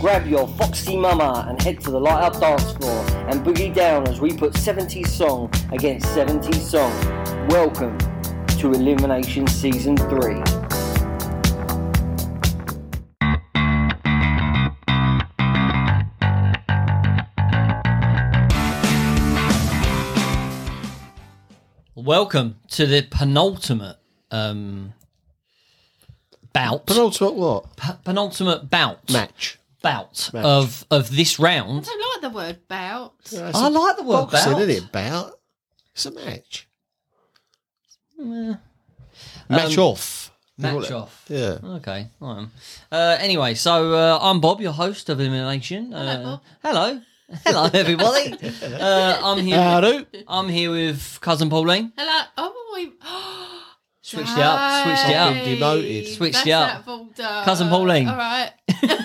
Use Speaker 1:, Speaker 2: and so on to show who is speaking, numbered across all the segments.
Speaker 1: grab your foxy mama and head to the light up dance floor and boogie down as we put 70s song against 70s song. Welcome to Elimination Season 3.
Speaker 2: Welcome to the penultimate um, bout.
Speaker 3: Penultimate what?
Speaker 2: P- penultimate bout.
Speaker 3: Match.
Speaker 2: Bout
Speaker 3: Match.
Speaker 2: of of this round.
Speaker 4: I don't like the word bout.
Speaker 3: That's
Speaker 2: I
Speaker 3: a
Speaker 2: like the word
Speaker 3: boxing,
Speaker 2: bout.
Speaker 3: isn't it? Bout. It's a match.
Speaker 2: Match
Speaker 3: match off.
Speaker 2: Um, Match off.
Speaker 3: Yeah.
Speaker 2: Okay. all right. Uh, anyway, so uh, I'm Bob, your host of Elimination. Uh, hello. Hello, everybody. uh, I'm here.
Speaker 3: Howdy.
Speaker 2: I'm here with cousin Pauline.
Speaker 4: Hello. Oh, we
Speaker 2: Switched it up. Switched it
Speaker 3: Hey.
Speaker 2: up.
Speaker 3: Been demoted.
Speaker 2: Switched
Speaker 4: That's
Speaker 2: it up.
Speaker 4: that balled up.
Speaker 2: Cousin Pauline.
Speaker 4: All right.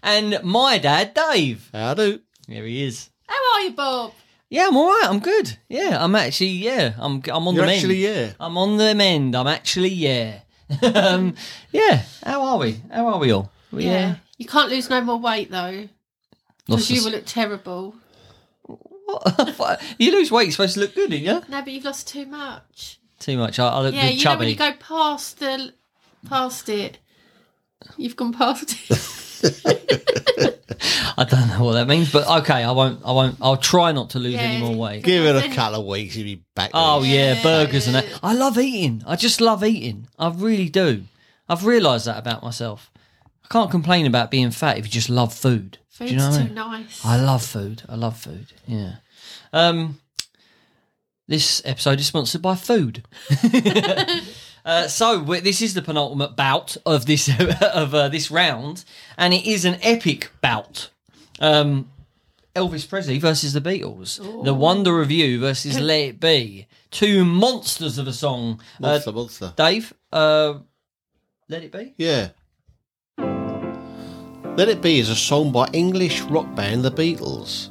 Speaker 2: And my dad, Dave.
Speaker 3: Howdy.
Speaker 2: There he is.
Speaker 4: How are you, Bob?
Speaker 2: Yeah, I'm all right. I'm good. Yeah, I'm actually. Yeah, I'm. I'm on
Speaker 3: You're
Speaker 2: the
Speaker 3: actually,
Speaker 2: mend.
Speaker 3: yeah.
Speaker 2: I'm on the mend. I'm actually. Yeah. um, yeah. How are we? How are we all? We, uh,
Speaker 4: You can't lose no more weight though,
Speaker 2: lost
Speaker 4: because you
Speaker 2: us-
Speaker 4: will look terrible.
Speaker 2: What? you lose weight. You're supposed to look good, didn't you?
Speaker 4: No, but you've lost too much.
Speaker 2: Too much. I, I look
Speaker 4: Yeah,
Speaker 2: good
Speaker 4: you know
Speaker 2: chubby.
Speaker 4: when you go past the past it, you've gone past it.
Speaker 2: I don't know what that means, but okay, I won't. I won't. I'll try not to lose
Speaker 4: Yeah,
Speaker 2: any more
Speaker 4: you-
Speaker 2: weight.
Speaker 3: Give it a
Speaker 4: Then-
Speaker 3: couple of weeks, you'll be back.
Speaker 2: Oh
Speaker 3: with
Speaker 2: yeah,
Speaker 4: Yeah.
Speaker 2: burgers and that. I love eating. I just love eating. I really do. I've realised that about myself. I can't complain about being fat if you just love food. Do
Speaker 4: Food's
Speaker 2: you know what I
Speaker 4: too
Speaker 2: mean?
Speaker 4: nice.
Speaker 2: I love food. I love food. Yeah. Um, this episode is sponsored by food. uh, so we- this is the penultimate bout of this of uh, this round, and it is an epic bout. Um, Elvis Presley versus the Beatles, The Wonder Review versus Let It Be, two monsters of a song. Uh,
Speaker 3: Monster, monster.
Speaker 2: Dave, uh, Let It Be.
Speaker 3: Yeah. Let It Be is a song by English rock band The Beatles.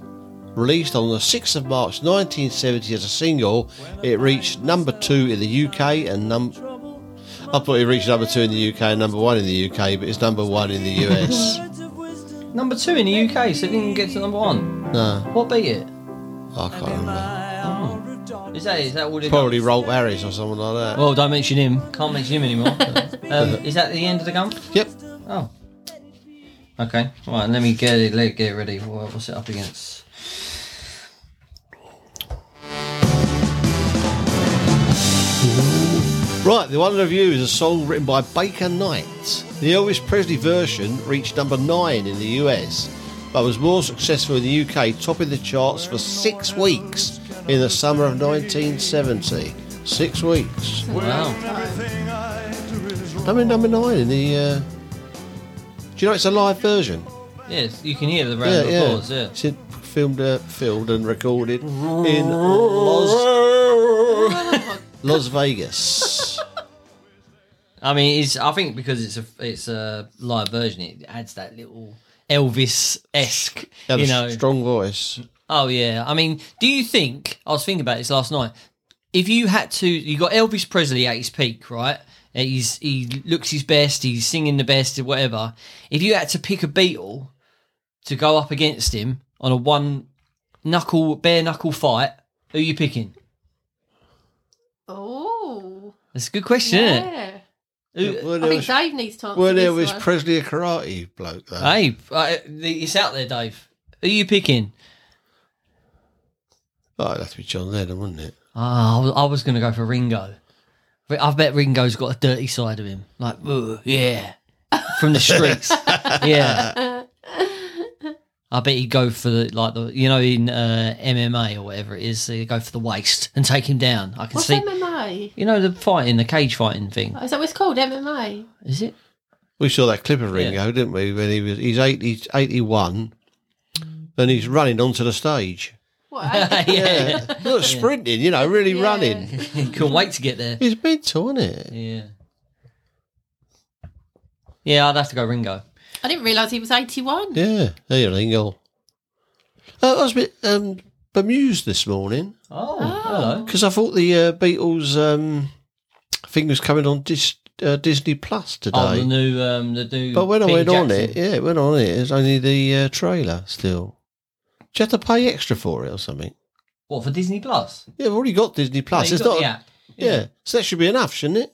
Speaker 3: Released on the 6th of March 1970 as a single, it reached number 2 in the UK and num I thought it reached number 2 in the UK and number 1 in the UK, but it's number 1 in the US.
Speaker 2: Number two in the UK, so it didn't get to number one.
Speaker 3: no,
Speaker 2: What beat it?
Speaker 3: I can't remember.
Speaker 2: Is that is that all? it-
Speaker 3: Probably Rolf Harris or someone like that.
Speaker 2: Well, Oh, don't mention him. Can't mention him anymore. um, is that the end of the gum?
Speaker 3: Yep.
Speaker 2: Oh. Okay. Right. Let me get it. Let get ready. What- What's it up against?
Speaker 3: Right, The Wonder of You is a song written by Baker Knight. The Elvis Presley version reached number 9 in the US, but was more successful in the UK, topping the charts for six weeks in the summer of 1970. Six weeks.
Speaker 2: Wow.
Speaker 3: I mean, number 9 in the. Uh... Do you know it's a live version?
Speaker 2: Yes, you can hear the round of applause. Yeah.
Speaker 3: It's in- filmed, uh, filmed and recorded in Las, Las Vegas.
Speaker 2: I mean, it's. I think because it's a it's a live version, it adds that little Elvis esque.
Speaker 3: Had a
Speaker 2: You know.
Speaker 3: strong voice.
Speaker 2: Oh yeah. I mean, do you think I was thinking about this last night? If you had to, you got Elvis Presley at his peak, right? Uh, He's he looks his best. He's singing the best, or whatever. If you had to pick a Beatle to go up against him on a one knuckle bare knuckle fight, who are you picking?
Speaker 4: oh,
Speaker 2: That's a good question, isn't it?
Speaker 4: yeah.
Speaker 2: Who-
Speaker 3: Well,
Speaker 4: I
Speaker 3: there
Speaker 4: think
Speaker 3: was-
Speaker 4: Dave needs to answer
Speaker 3: Well, there
Speaker 4: this
Speaker 3: was
Speaker 4: one.
Speaker 3: Presley a karate bloke though.
Speaker 2: hey, I, uh, it's out there, Dave. Who are you picking?
Speaker 3: Oh, it'd have to be John Lennon, wouldn't it?
Speaker 2: Ah, I was- I was going to go for Ringo. But I bet Ringo's got a dirty side of him. Like, "Ugh, yeah, from the streets. yeah. I bet he'd go for the like the you know in uh, MMA or whatever it is, they go for the waist and take him down. I can
Speaker 4: What's
Speaker 2: see
Speaker 4: MMA?
Speaker 2: you know the fighting, the cage fighting thing.
Speaker 4: Oh, Is that what it's called? MMA.
Speaker 2: Is it?
Speaker 3: We saw that clip of Ringo, didn't we? When he was he's 80, 81 and he's running onto the stage.
Speaker 4: What? eh?
Speaker 2: yeah,
Speaker 3: Yeah, not sprinting, you know, really
Speaker 4: Yeah.
Speaker 3: running.
Speaker 2: couldn't wait to get there.
Speaker 3: He's mental, isn't it?
Speaker 2: Yeah, yeah, I'd have to go Ringo.
Speaker 4: I didn't realise he was 81.
Speaker 3: Yeah, there you Ringo. Uh, I was a bit um, bemused this morning
Speaker 2: Oh, hello.
Speaker 3: because I thought the uh, Beatles um, thing was coming on dis- uh, Disney Plus today.
Speaker 2: on the new um, the new.
Speaker 3: But when I
Speaker 2: Peter
Speaker 3: went on
Speaker 2: Jackson.
Speaker 3: it, yeah, it went on it. It's only the uh, trailer still. Do you have to pay extra for it or something?
Speaker 2: what for Disney Plus?
Speaker 3: Yeah, I've already got Disney
Speaker 2: No,
Speaker 3: Plus.
Speaker 2: you've
Speaker 3: it's
Speaker 2: got
Speaker 3: not.
Speaker 2: the app.
Speaker 3: yeah. so that should be enough, shouldn't it?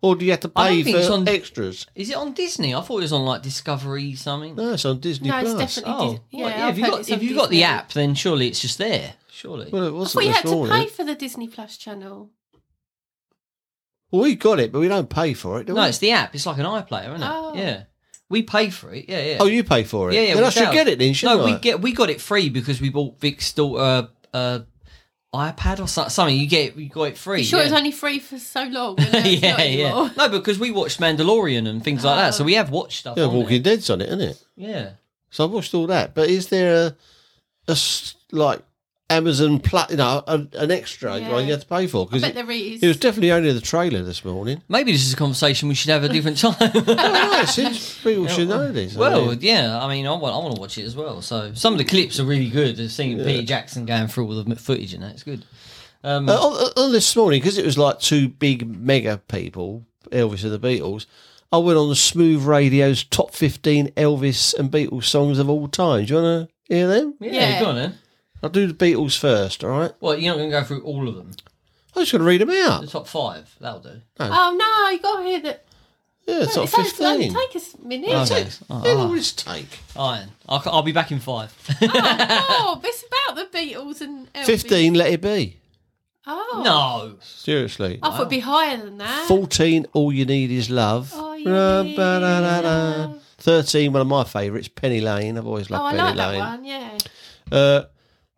Speaker 3: Or do you have to
Speaker 2: I don't
Speaker 3: pay
Speaker 2: think
Speaker 3: for
Speaker 2: it's on-
Speaker 3: extras?
Speaker 2: Is it on Disney? I thought it was on like Discovery something.
Speaker 3: No, it's on Disney
Speaker 4: No, it's
Speaker 3: Plus.
Speaker 4: definitely-
Speaker 2: oh,
Speaker 4: Dis-
Speaker 2: well,
Speaker 4: yeah,
Speaker 2: yeah.
Speaker 4: I've
Speaker 2: If you
Speaker 4: heard
Speaker 2: got
Speaker 4: it's on
Speaker 2: if you got the
Speaker 4: Disney.
Speaker 2: app, then surely it's just there. Surely.
Speaker 3: Well, it
Speaker 4: I
Speaker 3: wasn't
Speaker 4: thought you
Speaker 3: this
Speaker 4: had to
Speaker 3: morning.
Speaker 4: pay for the Disney Plus channel.
Speaker 3: Well, we got it, but we don't pay for it, do
Speaker 2: no,
Speaker 3: we?
Speaker 2: it's the app. It's like an iPlayer, isn't it?
Speaker 4: Oh.
Speaker 2: Yeah. We pay for it. Yeah, yeah.
Speaker 3: Oh, you pay for it.
Speaker 2: Yeah, yeah.
Speaker 3: Then
Speaker 2: we
Speaker 3: I should
Speaker 2: shall.
Speaker 3: get it then, shouldn't
Speaker 2: no,
Speaker 3: I?
Speaker 2: we get we got it free because we bought Vic's daughter uh, uh, iPad or so- something. You get it, you got it free.
Speaker 4: You sure it's
Speaker 2: yeah.
Speaker 4: only free for so long? and now it's not anymore? Oh.
Speaker 2: No, because we watched Mandalorian and things like that, so we have watched stuff.
Speaker 3: yeah,
Speaker 2: on it.
Speaker 3: Walking Dead's on it, isn't it?
Speaker 2: Yeah.
Speaker 3: So I've watched all that. But is there a, a s- like Amazon Plus, you know, a, an extra
Speaker 4: Yeah.
Speaker 3: one you have to pay for?
Speaker 4: I
Speaker 3: Because
Speaker 4: bet
Speaker 3: it,
Speaker 4: there is.
Speaker 3: it was definitely only the trailer this morning.
Speaker 2: Maybe this is a conversation we should have a different time.
Speaker 3: Well, no, it seems people should know this. I
Speaker 2: well,
Speaker 3: mean,
Speaker 2: yeah, I mean, I want, I want to watch it as well. So some of the clips are really good. I've seen Peter Jackson going through all the m- footage and that. It's good. Um,
Speaker 3: uh, on, on this morning because it was like two big mega people, Elvis and the Beatles. I went on the Smooth Radio's top fifteen Elvis and Beatles songs of all time. Do you want to hear them?
Speaker 2: yeah,
Speaker 4: yeah.
Speaker 2: go on then.
Speaker 3: I'll do the Beatles first. All right.
Speaker 2: Well, you're not going to go through all of them.
Speaker 3: I'm just going to read them
Speaker 2: The
Speaker 3: out.
Speaker 2: top five, that'll do.
Speaker 4: oh no, you got to hear that.
Speaker 3: Yeah,
Speaker 4: Well,
Speaker 3: top
Speaker 4: it's only- it'll only
Speaker 3: fifteen. Oh,
Speaker 4: take us a minute.
Speaker 2: Okay. Uh-huh.
Speaker 3: How long will this take?
Speaker 2: Iron. I'll, I'll be back in five.
Speaker 4: oh, it's about the Beatles and Elvis.
Speaker 3: Fifteen. Let it be.
Speaker 4: Oh,
Speaker 2: no.
Speaker 3: Seriously.
Speaker 4: I thought it'd be higher than that.
Speaker 3: 14, All You Need Is Love.
Speaker 4: Ah. All You Need Is Love.
Speaker 3: 13, one of my favourites, Penny Lane. I've always
Speaker 4: oh, I
Speaker 3: loved Penny
Speaker 4: like that
Speaker 3: Lane.
Speaker 4: one. Yeah.
Speaker 3: Uh,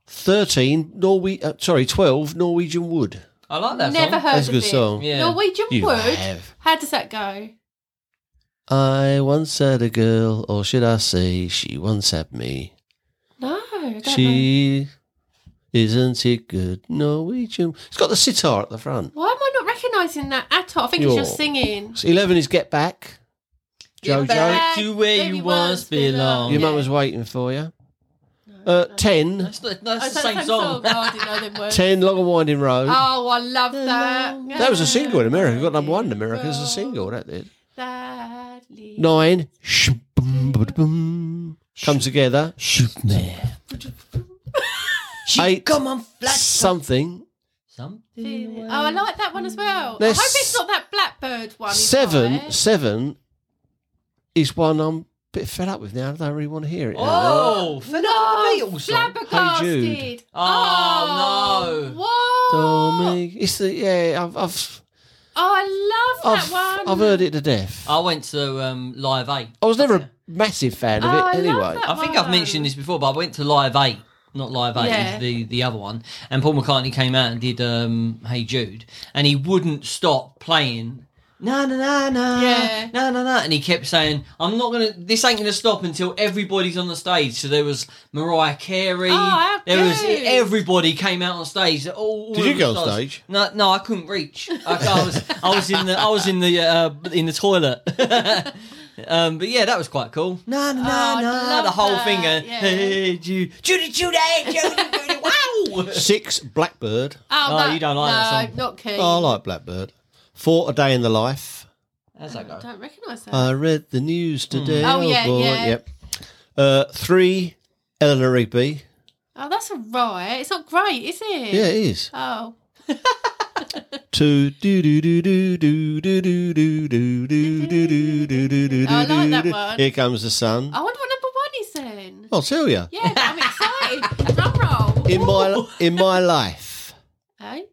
Speaker 3: 13, Norwe- uh, sorry, 12, Norwegian Wood.
Speaker 2: I like that
Speaker 4: Never
Speaker 2: song.
Speaker 4: heard
Speaker 3: That's a
Speaker 4: of
Speaker 3: good
Speaker 4: it.
Speaker 3: song.
Speaker 2: Yeah.
Speaker 4: Norwegian
Speaker 3: You
Speaker 4: Wood.
Speaker 3: have.
Speaker 4: How does that go?
Speaker 3: I once had a girl, or should I say, she once had me.
Speaker 4: No, I don't know.
Speaker 3: She isn't it good, Norwegian. It's got the sitar at the front.
Speaker 4: Why am I not recognising that at all? I think
Speaker 3: You're-
Speaker 4: it's your singing.
Speaker 3: So 11 is Get Back.
Speaker 2: Get
Speaker 3: Jojo.
Speaker 2: back to where
Speaker 4: Baby
Speaker 2: you
Speaker 4: once
Speaker 2: once belong.
Speaker 4: belonged.
Speaker 3: Your
Speaker 4: Yeah.
Speaker 3: mum was waiting for you. Uh, 10,
Speaker 2: That's, not, that's
Speaker 4: Oh,
Speaker 2: the
Speaker 4: is that
Speaker 2: same, song.
Speaker 4: Oh, I didn't know them words.
Speaker 3: 10, Long and Winding Road.
Speaker 4: Oh, I love that.
Speaker 3: That was a single in America. It Got number one in America as a single. That did.
Speaker 4: Sadly.
Speaker 3: Nine. Shh, boom, ba, da, boom. Comes together.
Speaker 2: Shoot me. She
Speaker 3: Eight.
Speaker 2: come on flat.
Speaker 3: Something.
Speaker 4: Oh,
Speaker 2: Something.
Speaker 4: I like that one as well.
Speaker 3: There's-
Speaker 4: I hope it's not that blackbird one. is
Speaker 3: Seven.
Speaker 4: high.
Speaker 3: Seven is one I'm a bit fed up with now. I don't really want to hear it. now.
Speaker 2: Oh,
Speaker 4: No,
Speaker 2: Beatles song.
Speaker 4: flabbergasted.
Speaker 3: Hey Jude.
Speaker 2: Oh, no.
Speaker 4: What?
Speaker 3: Don't make- It's the yeah. I've I've
Speaker 4: Oh, I love
Speaker 3: I've,
Speaker 4: that one. Oh.
Speaker 3: I've heard it to death.
Speaker 2: I went to um, Live 8.
Speaker 3: I was never a massive fan of
Speaker 4: Oh, I
Speaker 3: it
Speaker 4: love
Speaker 3: anyway.
Speaker 4: that.
Speaker 2: I think
Speaker 4: Wow.
Speaker 2: I've mentioned this before, but I went to Live 8, not Live 8,
Speaker 4: Yeah.
Speaker 2: the, the other one. And Paul McCartney came out and did um, Hey Jude, and he wouldn't stop playing. Na na na na,
Speaker 4: Yeah.
Speaker 2: na na na, and he kept saying, "I'm not gonna. This ain't gonna stop until everybody's on the stage." So there was Mariah Carey.
Speaker 4: Oh, how
Speaker 2: there was
Speaker 4: good.
Speaker 2: everybody came out on stage. All, all
Speaker 3: Did you
Speaker 2: the
Speaker 3: go on
Speaker 2: stars.
Speaker 3: stage?
Speaker 2: No, no, I couldn't reach. I, I was, I was in the, I was in the, uh, in the toilet. um, but yeah, that was quite cool. No, no,
Speaker 4: Oh,
Speaker 2: no,
Speaker 4: I'd
Speaker 2: no,
Speaker 4: love
Speaker 2: the whole
Speaker 4: that,
Speaker 2: thing. Uh,
Speaker 4: yeah.
Speaker 2: Hey, Judy, Judy, Judy, Judy, Judy, wow.
Speaker 3: Six. Blackbird.
Speaker 4: Oh,
Speaker 2: No,
Speaker 4: that-
Speaker 2: you don't like
Speaker 4: no,
Speaker 2: that song.
Speaker 4: not keen.
Speaker 3: Oh, I like Blackbird. Four. A Day in the Life.
Speaker 2: How's that go?
Speaker 4: don't recognise that.
Speaker 3: I read the news today.
Speaker 4: Oh, yeah,
Speaker 3: boy.
Speaker 4: yeah.
Speaker 3: Yep. Uh, three, Eleanor Rigby.
Speaker 4: oh, that's all right. It's not great, is it?
Speaker 3: Yeah, it is.
Speaker 4: Oh.
Speaker 3: Two, do do do do do do do do do do do do do do do.
Speaker 4: I like that
Speaker 3: do.
Speaker 4: one. Oh.
Speaker 3: Here comes the sun.
Speaker 4: I wonder what number one is then.
Speaker 3: I'll tell you.
Speaker 4: Yeah, I'm excited. Drum roll.
Speaker 3: Oh. In my in my life,
Speaker 4: Hey?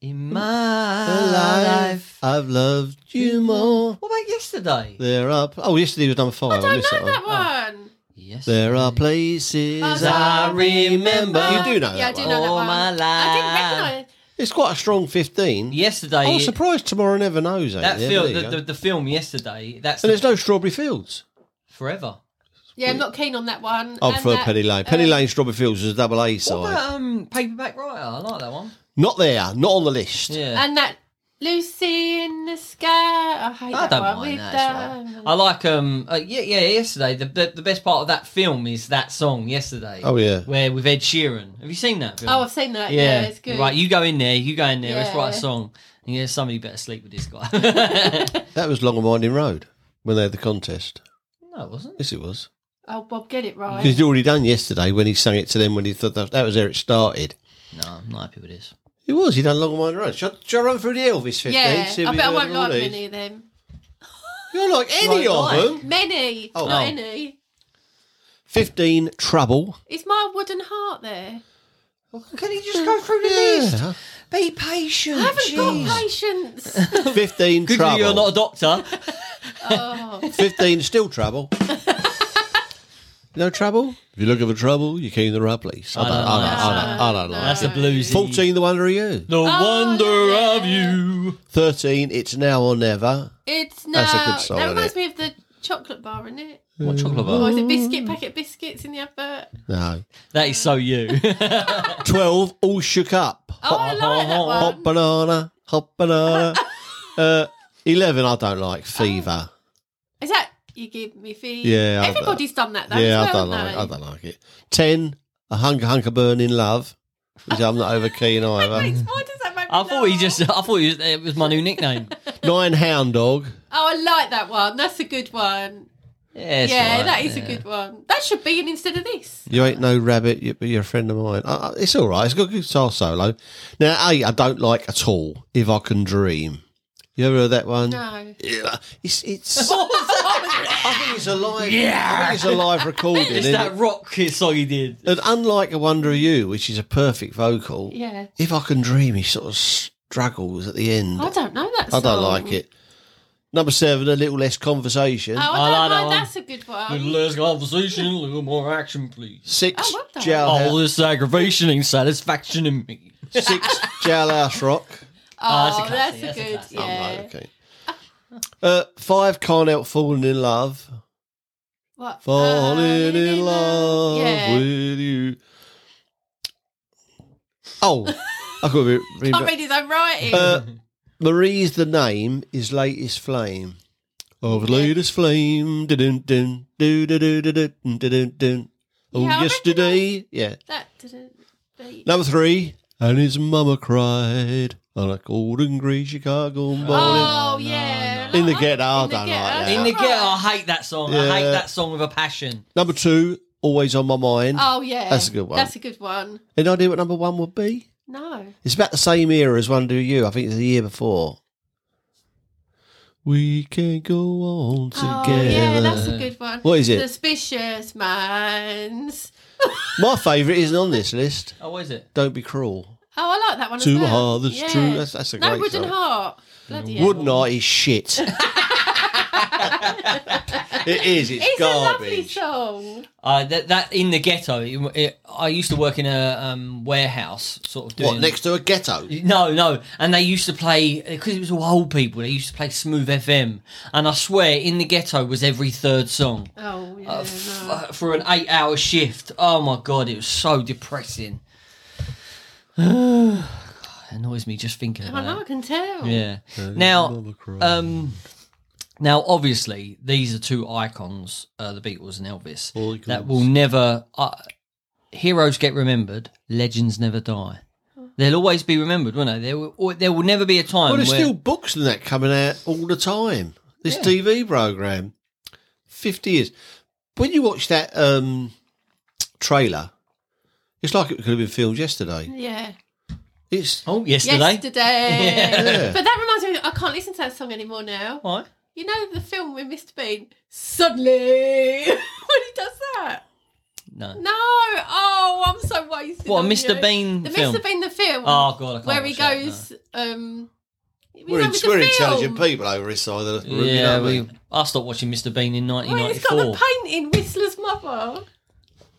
Speaker 2: In
Speaker 4: Ah,
Speaker 2: my
Speaker 3: life,
Speaker 2: life.
Speaker 3: I've loved
Speaker 4: Mm-hmm.
Speaker 3: you more.
Speaker 2: What about yesterday?
Speaker 3: There are oh, yesterday was number five. I
Speaker 4: Don't know
Speaker 3: missed that one.
Speaker 4: that one.
Speaker 2: Yes.
Speaker 3: There are places
Speaker 4: Oh,
Speaker 3: I
Speaker 4: I
Speaker 3: remember.
Speaker 2: remember.
Speaker 3: You do know
Speaker 4: yeah, I
Speaker 3: that
Speaker 4: do
Speaker 3: one.
Speaker 4: know that
Speaker 2: All
Speaker 4: one. I
Speaker 2: my
Speaker 4: didn't
Speaker 2: life.
Speaker 4: recognise it.
Speaker 3: It's quite a strong fifteen.
Speaker 2: Yesterday.
Speaker 3: I was surprised tomorrow never knows. ain't
Speaker 2: that
Speaker 3: there? Oh, There
Speaker 2: film,
Speaker 3: you
Speaker 2: the,
Speaker 3: go.
Speaker 2: the, the film yesterday. That's
Speaker 3: And there's
Speaker 2: the,
Speaker 3: no Strawberry Fields.
Speaker 2: forever.
Speaker 4: Yeah, I'm not keen on that one.
Speaker 3: I
Speaker 4: And
Speaker 3: prefer
Speaker 4: that,
Speaker 3: Oh, Penny Lane. Penny
Speaker 4: uh,
Speaker 3: Lane Strawberry Fields is a double A
Speaker 2: What
Speaker 3: side.
Speaker 2: about um, paperback writer? I like that one.
Speaker 3: Not there, not on the list.
Speaker 2: Yeah.
Speaker 4: And that Lucy in the Sky. I hate
Speaker 2: I
Speaker 4: that
Speaker 2: don't
Speaker 4: one.
Speaker 2: mind
Speaker 4: with
Speaker 2: that. it's all right. I like um uh, yeah yeah yesterday the, the the best part of that film is that song yesterday.
Speaker 3: Oh, yeah.
Speaker 2: Where with Ed Sheeran. Have you seen that film?
Speaker 4: Oh, I've seen that. Yeah, it's good.
Speaker 2: Right, you go in there, you go in there. Let's
Speaker 4: Yeah.
Speaker 2: write a song. And Yeah, somebody better sleep with this guy.
Speaker 3: That was Long and Winding Road when they had the contest.
Speaker 2: no, it wasn't.
Speaker 3: Yes, it was.
Speaker 4: Oh, Bob, get it right.
Speaker 3: Because he'd already done yesterday when he sang it to them when he thought that, that was where it started.
Speaker 2: No, I'm not happy with this.
Speaker 3: It was. He done Long and Winding Road. Shall, shall I run through the Elvis 15?
Speaker 4: yeah,
Speaker 3: See if
Speaker 4: I
Speaker 3: we
Speaker 4: bet I
Speaker 3: learn
Speaker 4: won't
Speaker 3: all
Speaker 4: like
Speaker 3: these?
Speaker 4: many of them.
Speaker 3: You're like any
Speaker 2: Right,
Speaker 3: of
Speaker 2: right.
Speaker 3: them.
Speaker 4: Many,
Speaker 3: Oh.
Speaker 4: not
Speaker 2: Oh.
Speaker 4: any.
Speaker 3: 15, Trouble.
Speaker 4: Is my wooden heart there?
Speaker 2: Can you just go through
Speaker 3: Yeah.
Speaker 2: Be patient.
Speaker 4: I haven't got patience.
Speaker 3: 15,
Speaker 2: Good
Speaker 3: Trouble.
Speaker 2: thing you're not a doctor.
Speaker 4: oh,
Speaker 3: 15, Still Trouble. no Trouble? If you're looking for trouble, you came to the right place. I
Speaker 2: I
Speaker 3: don't,
Speaker 2: don't
Speaker 3: I
Speaker 2: like
Speaker 3: don't, I don't, I don't like
Speaker 2: That's a
Speaker 3: it.
Speaker 2: bluesy.
Speaker 3: 14, The Wonder of You.
Speaker 2: The wonder
Speaker 4: Oh, yeah.
Speaker 2: of you.
Speaker 3: 13, It's Now or Never.
Speaker 4: it's now.
Speaker 3: That's a good song,
Speaker 4: that
Speaker 3: isn't
Speaker 4: reminds
Speaker 3: it?
Speaker 4: me of the chocolate bar, isn't it?
Speaker 2: What chocolate
Speaker 4: Or
Speaker 2: bar?
Speaker 4: Oh, is it biscuit
Speaker 3: Mm.
Speaker 4: packet biscuits in the advert?
Speaker 3: No.
Speaker 2: That is so you.
Speaker 3: 12, All Shook Up.
Speaker 4: Oh, I like that one.
Speaker 3: Hot banana, hot banana. uh, Eleven, I don't like fever.
Speaker 4: Is that you give me feet?
Speaker 3: Yeah, I-
Speaker 4: everybody's done that. Though,
Speaker 3: yeah,
Speaker 4: as
Speaker 3: I
Speaker 4: well,
Speaker 3: don't like. I
Speaker 4: haven't
Speaker 3: don't like it. Ten, a hunker hunker burning love, which I'm not over keen
Speaker 4: they?
Speaker 3: either.
Speaker 4: Thanks, Why does that make me
Speaker 2: I thought he
Speaker 4: laugh?
Speaker 2: just. I thought he was, it was my new nickname.
Speaker 3: Nine, hound dog.
Speaker 4: Oh, I like that one. That's a good one.
Speaker 2: Yeah, it's
Speaker 4: yeah,
Speaker 2: alright,
Speaker 4: that is
Speaker 2: yeah.
Speaker 4: a good one. That should be in instead of this.
Speaker 3: You ain't no rabbit, you, but you're a friend of mine. Uh, uh, it's all right. It's got a good guitar solo. Now, eight, I don't like at all. If I can dream, you ever heard that one?
Speaker 4: No.
Speaker 3: Yeah. It's it's. I think it's a live. I think it's a live recording.
Speaker 2: It's
Speaker 3: isn't
Speaker 2: that
Speaker 3: it?
Speaker 2: rock song he did.
Speaker 3: And unlike A Wonder of You, which is a perfect vocal,
Speaker 4: Yeah.
Speaker 3: If I Can Dream, he sort of struggles at the end.
Speaker 4: I don't know that
Speaker 3: I
Speaker 4: song.
Speaker 3: don't like it. Number seven, A Little Less Conversation.
Speaker 4: Oh,
Speaker 3: Six,
Speaker 4: I
Speaker 2: I
Speaker 4: don't
Speaker 2: like that
Speaker 4: mind.
Speaker 2: one.
Speaker 4: That's a good
Speaker 2: A
Speaker 4: one.
Speaker 2: little less conversation, a little more action, please.
Speaker 3: Six,
Speaker 4: Oh, well done.
Speaker 2: All
Speaker 3: Jailhouse,
Speaker 2: this aggravation and satisfaction in me.
Speaker 3: six Jailhouse Rock.
Speaker 4: Oh,
Speaker 2: classic,
Speaker 4: that's a
Speaker 2: that's a
Speaker 4: good.
Speaker 2: classic.
Speaker 3: Oh, no,
Speaker 4: Yeah.
Speaker 3: okay. Uh, five, Can't Help Falling in Love.
Speaker 4: What?
Speaker 3: Falling in love
Speaker 4: Yeah.
Speaker 3: with you. Oh, I could be.
Speaker 4: Can't read his own writing.
Speaker 3: Uh, Marie's the name is latest flame. Of latest flame. Dun, dun, dun, dun, dun, dun, dun, dun, dun, dun. Oh,
Speaker 4: Yeah, I
Speaker 3: yesterday. Yeah.
Speaker 4: that didn't. beat-
Speaker 3: Number three. And his mama cried on a cold and grey Chicago morning.
Speaker 4: Oh, yeah.
Speaker 3: In the
Speaker 4: Like,
Speaker 3: ghetto, I
Speaker 4: in the
Speaker 3: don't
Speaker 4: ghetto, Oh,
Speaker 3: like that.
Speaker 4: that's
Speaker 2: In the
Speaker 4: all
Speaker 2: ghetto, I
Speaker 4: right.
Speaker 2: hate that song. I
Speaker 3: Uh, Yeah.
Speaker 2: hate that song with a passion.
Speaker 3: Number two. Always on my mind.
Speaker 4: Oh, yeah.
Speaker 3: That's a good one.
Speaker 4: That's a good one.
Speaker 3: Any idea what number one would be?
Speaker 4: No.
Speaker 3: It's about the same era as Wonder You. I think it's the year before. We can go on
Speaker 4: Oh,
Speaker 3: together.
Speaker 4: yeah, that's a good one.
Speaker 3: What is it?
Speaker 4: Suspicious minds.
Speaker 3: My favourite isn't on this list.
Speaker 2: Oh, is it?
Speaker 3: Don't be cruel.
Speaker 4: Oh, I like that one
Speaker 3: Two
Speaker 4: as well.
Speaker 3: hearts, two- that's- that's a
Speaker 4: no,
Speaker 3: great
Speaker 4: wooden
Speaker 3: song.
Speaker 4: heart. Bloody hell.
Speaker 3: Wouldn't I is shit. it is. It's,
Speaker 4: It's a lovely
Speaker 3: garbage.
Speaker 4: song.
Speaker 2: Uh, that, that in the ghetto. It, it, I used to work in a um, warehouse, sort of. Doing,
Speaker 3: What next to a ghetto?
Speaker 2: No, no. And they used to play because it was all old people. They used to play Smooth FM, and I swear, in the ghetto was every third song
Speaker 4: Oh, yeah.
Speaker 2: uh, f-
Speaker 4: no.
Speaker 2: uh, for an eight-hour shift. Oh my god, it was so depressing. it annoys me just thinking
Speaker 4: I
Speaker 2: about
Speaker 4: know, I
Speaker 2: it.
Speaker 4: can tell.
Speaker 2: Yeah. Now,
Speaker 4: uh,
Speaker 3: Mama cried.
Speaker 2: um, now obviously these are two icons, uh, the Beatles and Elvis,
Speaker 3: Icons.
Speaker 2: that will never. Uh, heroes get remembered, legends never die. They'll always be remembered, won't they? There will, or- there will never be a time
Speaker 3: well,
Speaker 2: where
Speaker 3: there's still books and that coming out all the time. This
Speaker 2: Yeah.
Speaker 3: TV program, fifty years. When you watch that um, trailer, it's like it could have been filmed yesterday.
Speaker 4: Yeah.
Speaker 3: It's
Speaker 2: oh yesterday.
Speaker 4: Yesterday.
Speaker 3: Yeah.
Speaker 4: But that reminds me, I can't listen to that song anymore now.
Speaker 2: Why?
Speaker 4: You know the film with Mr. Bean? Suddenly. when he does that.
Speaker 2: No.
Speaker 4: No. Oh, I'm so wasted.
Speaker 2: What a
Speaker 4: on
Speaker 2: Mr.
Speaker 4: you.
Speaker 2: Bean
Speaker 4: The
Speaker 2: film?
Speaker 4: Mr. Bean, the film.
Speaker 2: Oh god, I can't
Speaker 4: where he
Speaker 2: watch that, no.
Speaker 4: goes. Um, you
Speaker 3: we're,
Speaker 4: know,
Speaker 3: in,
Speaker 4: with the
Speaker 3: we're
Speaker 4: film,
Speaker 3: intelligent people over this side of the room. you
Speaker 2: Yeah,
Speaker 3: know what I
Speaker 2: we,
Speaker 3: mean?
Speaker 2: I stopped watching Mr. Bean in
Speaker 4: Well, he's got the
Speaker 2: 1994.
Speaker 4: painting Whistler's mother,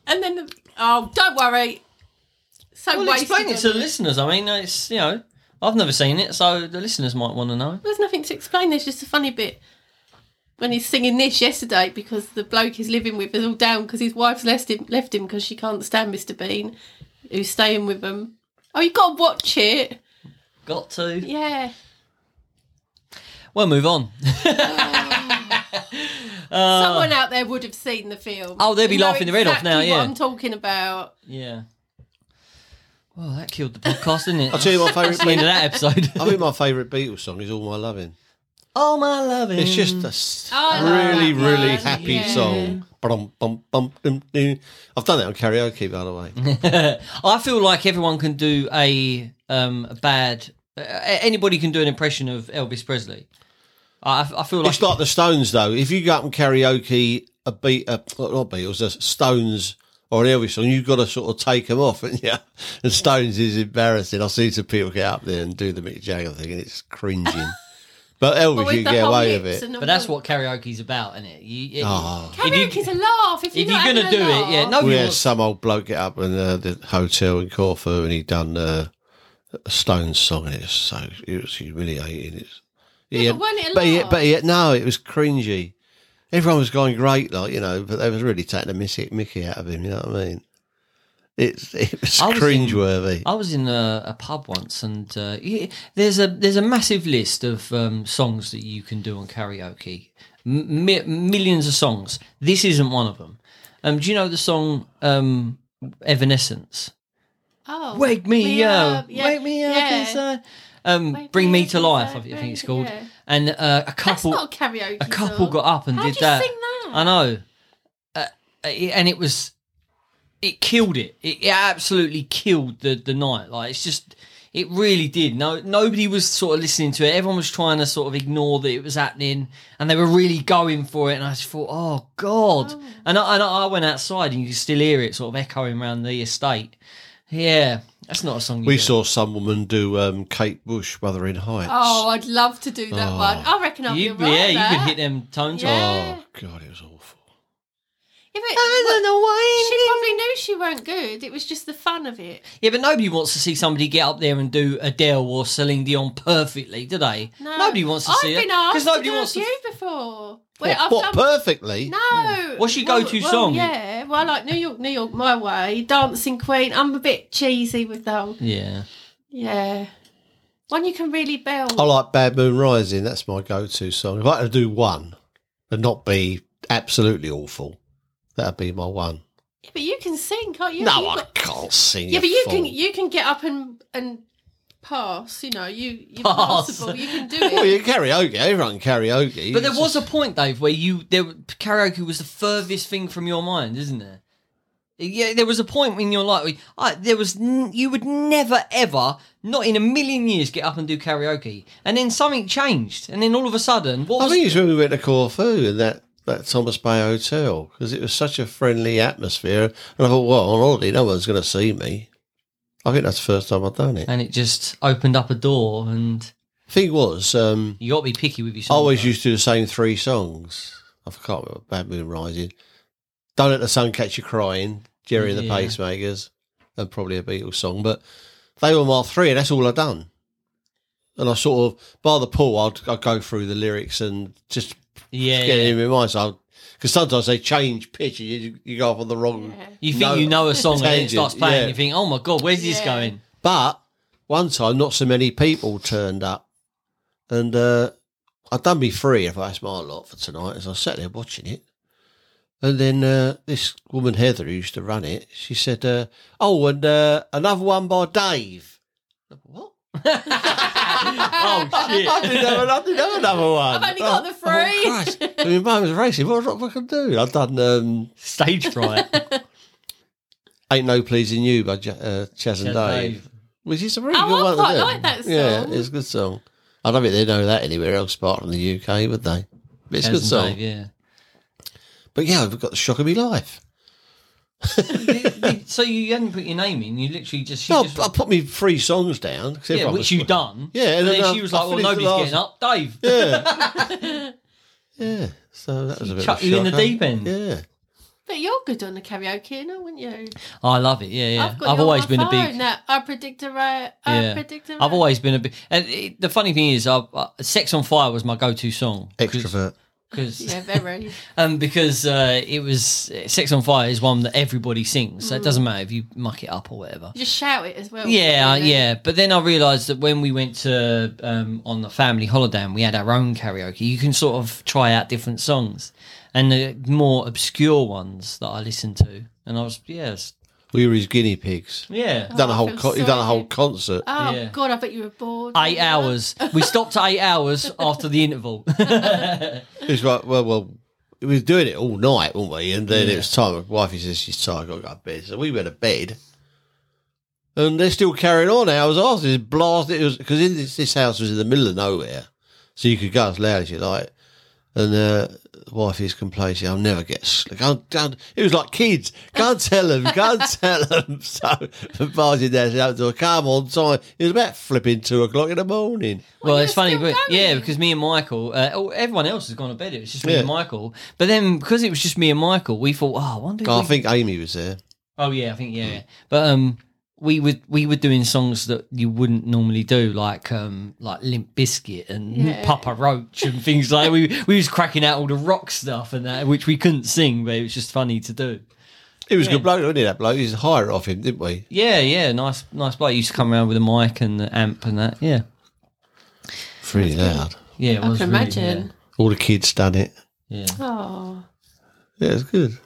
Speaker 4: and then the oh, don't worry. So
Speaker 2: Well,
Speaker 4: wasted.
Speaker 2: explain it to
Speaker 4: on
Speaker 2: the
Speaker 4: you.
Speaker 2: listeners. I mean, it's you know, I've never seen it, so the listeners might want to know.
Speaker 4: There's nothing to explain. There's just a funny bit when he's singing this yesterday because the bloke he's living with is all down because his wife's left him left him because she can't stand Mr Bean, who's staying with him. Oh, you got to watch it.
Speaker 2: Got to.
Speaker 4: Yeah.
Speaker 2: Well, move on.
Speaker 4: Someone out there would have seen the film.
Speaker 2: Uh, Oh, they'll be
Speaker 4: They know
Speaker 2: laughing their head off now,
Speaker 4: exactly what
Speaker 2: yeah.
Speaker 4: I'm talking about.
Speaker 2: Yeah. Well, that killed the podcast, didn't it?
Speaker 3: I'll tell you my
Speaker 2: That's
Speaker 3: favourite.
Speaker 2: the end of that episode.
Speaker 3: I think my favourite Beatles song is "All My Loving."
Speaker 2: All my loving.
Speaker 3: It's just a s-
Speaker 4: Oh, I love
Speaker 3: really,
Speaker 4: that
Speaker 3: really
Speaker 4: one,
Speaker 3: happy
Speaker 4: yeah.
Speaker 3: song. Bum, bum, bum, dum, doo. I've done that on karaoke, by the way.
Speaker 2: I feel like everyone can do a um a bad. Uh, anybody can do an impression of Elvis Presley. I, I feel like
Speaker 3: it's like the Stones, though. If you go up and karaoke a beat, a, not Beatles, a Stones or an Elvis song, you've got to sort of take them off, and yeah. And Stones is embarrassing. I see some people get up there and do the Mick Jagger thing, and it's cringing. but Elvis, you get away with it.
Speaker 2: But that's what karaoke's about, isn't it? You, it-
Speaker 3: Oh.
Speaker 2: if you-
Speaker 4: Karaoke's a laugh. If,
Speaker 2: if
Speaker 4: you're,
Speaker 2: you're
Speaker 4: going
Speaker 2: gonna
Speaker 4: to
Speaker 2: do it, yeah, no,
Speaker 3: we
Speaker 2: you
Speaker 3: had
Speaker 2: want-
Speaker 3: some old bloke get up in uh, the hotel in Corfu and he'd done uh, a Stones song and it was so it was humiliating. It's, he
Speaker 4: Yeah,
Speaker 3: had-
Speaker 4: but weren't it a
Speaker 3: but he,
Speaker 4: laugh?
Speaker 3: but he, no, it was cringy. Everyone was going great, like you know, but they was really taking the mickey, mickey out of him. You know what I mean? It's it was
Speaker 2: I was in-
Speaker 3: cringeworthy.
Speaker 2: I was in a, a pub once, and uh, yeah, there's a there's a massive list of um, songs that you can do on karaoke, M- mi- millions of songs. This isn't one of them. Um, do you know the song um, Evanescence?
Speaker 4: Oh,
Speaker 2: Wake me, up,
Speaker 4: yeah,
Speaker 2: wake me up
Speaker 4: yeah.
Speaker 2: inside. Um,
Speaker 4: Wake
Speaker 2: bring
Speaker 4: me
Speaker 2: me
Speaker 4: up
Speaker 2: to life. I
Speaker 4: inside,
Speaker 2: think I think it's
Speaker 4: yeah.
Speaker 2: called. And uh, a
Speaker 4: That's
Speaker 2: couple,
Speaker 4: not a karaoke.
Speaker 2: a couple got up and
Speaker 4: How
Speaker 2: did
Speaker 4: do you
Speaker 2: that.
Speaker 4: sing that?
Speaker 2: I know, uh, it- and it was it killed it. it. It absolutely killed the the night. Like it's just it really did. No, nobody was sort of listening to it. Everyone was trying to sort of ignore that it was happening, and they were really going for it. And I just thought, oh god. And I, and I went outside, and you could still hear it sort of echoing around the estate. Yeah, that's not a song. You
Speaker 3: We
Speaker 2: do.
Speaker 3: saw some woman do um, Kate Bush, Wuthering Heights.
Speaker 4: Oh, I'd love to do that
Speaker 3: Oh.
Speaker 4: one. I reckon I'll
Speaker 2: You,
Speaker 4: be right.
Speaker 2: yeah,
Speaker 4: there.
Speaker 2: you could hit them tones.
Speaker 4: Yeah.
Speaker 3: Oh, God, it was awful.
Speaker 4: Yeah, but
Speaker 2: know why.
Speaker 4: she probably knew she weren't good. It was just the fun of it.
Speaker 2: Yeah, but nobody wants to see somebody get up there and do Adele or Celine Dion perfectly, do they?
Speaker 4: No,
Speaker 2: Nobody wants to
Speaker 4: I've
Speaker 2: see it
Speaker 4: been asked
Speaker 2: because nobody
Speaker 4: to do
Speaker 2: wants
Speaker 4: a
Speaker 2: to.
Speaker 4: few before. Wait,
Speaker 3: What,
Speaker 4: I've
Speaker 3: what,
Speaker 4: done-
Speaker 3: perfectly?
Speaker 4: No.
Speaker 2: Mm. What's your go-to
Speaker 4: well,
Speaker 2: song?
Speaker 4: Well, yeah. Well, I like New York, New York, My Way, Dancing Queen. I'm a bit cheesy with that. one.
Speaker 2: Yeah,
Speaker 4: Yeah. One you can really build.
Speaker 2: Oh.
Speaker 3: I like Bad Moon Rising. That's my go-to song. If I had to do one and not be absolutely awful, that'd be my one.
Speaker 4: Yeah, but you can sing, can't you?
Speaker 3: no,
Speaker 4: You've
Speaker 3: I
Speaker 4: got-
Speaker 3: can't sing.
Speaker 4: Yeah, but you
Speaker 3: fool.
Speaker 4: can you can get up and and pass. You know, you you're
Speaker 2: Pass.
Speaker 4: passable. You can do
Speaker 3: Well,
Speaker 4: it.
Speaker 3: Oh, you can karaoke. Everyone can karaoke.
Speaker 2: but there was a point, Dave, where you there karaoke was the furthest thing from your mind, isn't there? Yeah, there was a point in your life. I, there was n- you would never ever, not in a million years, get up and do karaoke. And then something changed, and then all of a sudden, what
Speaker 3: I
Speaker 2: was?
Speaker 3: think it's when we went to Corfu and that. That Thomas Bay Hotel because it was such a friendly atmosphere, and I thought, well, on holiday, no one's going to see me. I think that's the first time I've done it.
Speaker 2: and it just opened up a door, and
Speaker 3: Thing was, um,
Speaker 2: you got to be picky with your.
Speaker 3: I
Speaker 2: songs,
Speaker 3: always
Speaker 2: though.
Speaker 3: used to do the same three songs. I can't remember Bad Moon Rising. Don't Let the Sun Catch You Crying, Jerry and the
Speaker 2: Yeah.
Speaker 3: Pacemakers, and probably a Beatles song. But they were my three, and that's all i done. And I sort of, by the pool, I'd, I'd go through the lyrics and just
Speaker 2: Yeah,
Speaker 3: get
Speaker 2: yeah.
Speaker 3: it in my mind. So, because sometimes they change pitch, and you, you go off on the wrong.
Speaker 4: Yeah.
Speaker 2: You think
Speaker 3: No.
Speaker 2: you know a song and then it
Speaker 3: Tangent,
Speaker 2: starts playing.
Speaker 3: yeah.
Speaker 2: You think, oh my god, where's this
Speaker 4: Yeah.
Speaker 2: going?
Speaker 3: But one time, not so many people turned up, and uh, I'd done me three if that's my lot for tonight. As I sat there watching it, and then uh, this woman Heather who used to run it, she said, uh, "Oh, and uh, another one by Dave." I thought, What?
Speaker 2: oh shit!
Speaker 3: I didn't have, I didn't have another one. Oh,
Speaker 4: I've only got the three.
Speaker 3: Christ, I mean, mine was racing. What was I fucking do? I'd done um,
Speaker 2: Stage fright.
Speaker 3: "Ain't No Pleasing You" by Ja uh, Chaz and Dave.
Speaker 2: Dave.
Speaker 3: Which is a really
Speaker 4: Oh,
Speaker 3: good
Speaker 4: I
Speaker 3: one.
Speaker 4: quite
Speaker 3: to do.
Speaker 4: like that
Speaker 3: Yeah,
Speaker 4: song.
Speaker 3: it's a good song. I don't think they know that anywhere else apart from the UK, would they? But it's a
Speaker 2: Chaz
Speaker 3: good
Speaker 2: and
Speaker 3: song.
Speaker 2: Dave, yeah.
Speaker 3: But yeah, we've got the shock of my life.
Speaker 2: So you hadn't put your name in. You literally just, she
Speaker 3: No,
Speaker 2: just
Speaker 3: I put me three songs down. 'cause
Speaker 2: yeah,
Speaker 3: everyone was-
Speaker 2: which you done.
Speaker 3: Yeah, and
Speaker 2: and then
Speaker 3: then
Speaker 2: she was
Speaker 3: I- I
Speaker 2: like, well,
Speaker 3: finished the
Speaker 2: nobody's
Speaker 3: last-
Speaker 2: getting up, Dave.
Speaker 3: Yeah. yeah. So that was a bit
Speaker 2: Chuck
Speaker 3: of a
Speaker 2: you in the
Speaker 3: shocker.
Speaker 2: deep end.
Speaker 3: Yeah.
Speaker 4: But you're good on the karaoke, no, wouldn't you?
Speaker 2: I love it. Yeah, yeah.
Speaker 4: I've got you on
Speaker 2: always
Speaker 4: my
Speaker 2: been a
Speaker 4: phone,
Speaker 2: big.
Speaker 4: That I predict a right.
Speaker 2: Yeah.
Speaker 4: I predict a
Speaker 2: I've
Speaker 4: ra-
Speaker 2: always been a big. And it, the funny thing is, I, I, "Sex on Fire" was my go-to song.
Speaker 3: Extrovert.
Speaker 2: Because
Speaker 4: Yeah, very.
Speaker 2: Um, because uh, it was "Sex on Fire" is one that everybody sings, so it
Speaker 4: Mm.
Speaker 2: doesn't matter if you muck it up or whatever.
Speaker 4: Just shout it as well.
Speaker 2: Yeah,
Speaker 4: really.
Speaker 2: yeah. But then I realised that when we went to um, on the family holiday and we had our own karaoke, you can sort of try out different songs and the more obscure ones that I listened to. And I was, yes,
Speaker 3: We were his guinea pigs.
Speaker 2: Yeah.
Speaker 3: done
Speaker 4: Oh, I
Speaker 3: a whole
Speaker 4: feel
Speaker 3: con- he's done a
Speaker 4: sorry.
Speaker 3: whole concert.
Speaker 4: Oh
Speaker 2: Yeah.
Speaker 4: God, I bet you were bored.
Speaker 2: Eight hours. We stopped at eight hours after the interval.
Speaker 3: It's like, well, well, we were doing it all night, weren't we? And then it was time. My wife says she's tired. Got to go to bed. So we went to bed, and they're still carrying on hours after. This blast. It was because this, this house was in the middle of nowhere, so you could go as loud as you like. And uh, the wife is complaining, "I'll never get sleep." Go, go, it was like kids. Go and tell them. Go and tell them. So Barty down out the door. Come on, time. It was about flipping two o'clock in the morning.
Speaker 2: Well,
Speaker 4: you're
Speaker 2: it's funny,
Speaker 4: still
Speaker 2: but yeah,
Speaker 4: going.
Speaker 2: because me and Michael, uh, oh, everyone else has gone to bed. It was just me
Speaker 3: Yeah.
Speaker 2: and Michael. But then because it was just me and Michael, we thought, oh, I wonder. if
Speaker 3: I
Speaker 2: we-
Speaker 3: think Amy was there.
Speaker 2: Oh yeah, I think yeah. yeah. But um, we would we were doing songs that you wouldn't normally do, like um, like Limp Biscuit and
Speaker 4: Yeah.
Speaker 2: Papa Roach and things like. We we was cracking out all the rock stuff and that, which we couldn't sing, but it was just funny to do.
Speaker 3: He was a
Speaker 2: Yeah.
Speaker 3: good bloke, wasn't he? That bloke. He was higher off him, didn't we?
Speaker 2: Yeah, yeah, nice nice bloke. He used to come around with a mic and the amp and that. Yeah,
Speaker 3: Pretty loud.
Speaker 2: yeah. It
Speaker 4: I
Speaker 2: was
Speaker 4: can
Speaker 2: really-
Speaker 4: imagine.
Speaker 3: All the kids done it.
Speaker 2: Yeah,
Speaker 4: Oh,
Speaker 3: Yeah, it's good.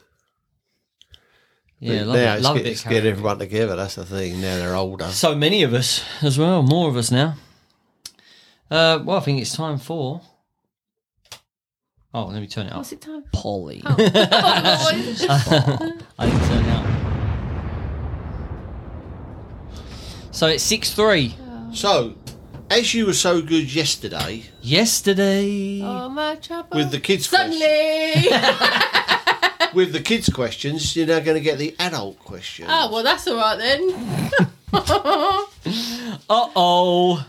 Speaker 2: yeah. yeah
Speaker 3: But
Speaker 2: love
Speaker 3: now
Speaker 2: it.
Speaker 3: it's
Speaker 2: Love a
Speaker 3: get,
Speaker 2: bit
Speaker 3: it's
Speaker 2: of
Speaker 3: get
Speaker 2: karaoke.
Speaker 3: everyone together. That's the thing. Now they're older.
Speaker 2: So many of us as well, more of us now. Uh, well, I think it's time for. Oh, let me turn it up.
Speaker 4: what's it time? for?
Speaker 2: Polly.
Speaker 4: Oh, it's just-
Speaker 2: I didn't turn it up. So it's 6 3.
Speaker 3: So, as you were so good yesterday
Speaker 2: Yesterday.
Speaker 4: oh, my trouble.
Speaker 3: with the kids, question,
Speaker 4: suddenly.
Speaker 3: with the kids questions, you're now going to get the adult questions.
Speaker 4: oh well, that's all right then.
Speaker 2: Uh oh.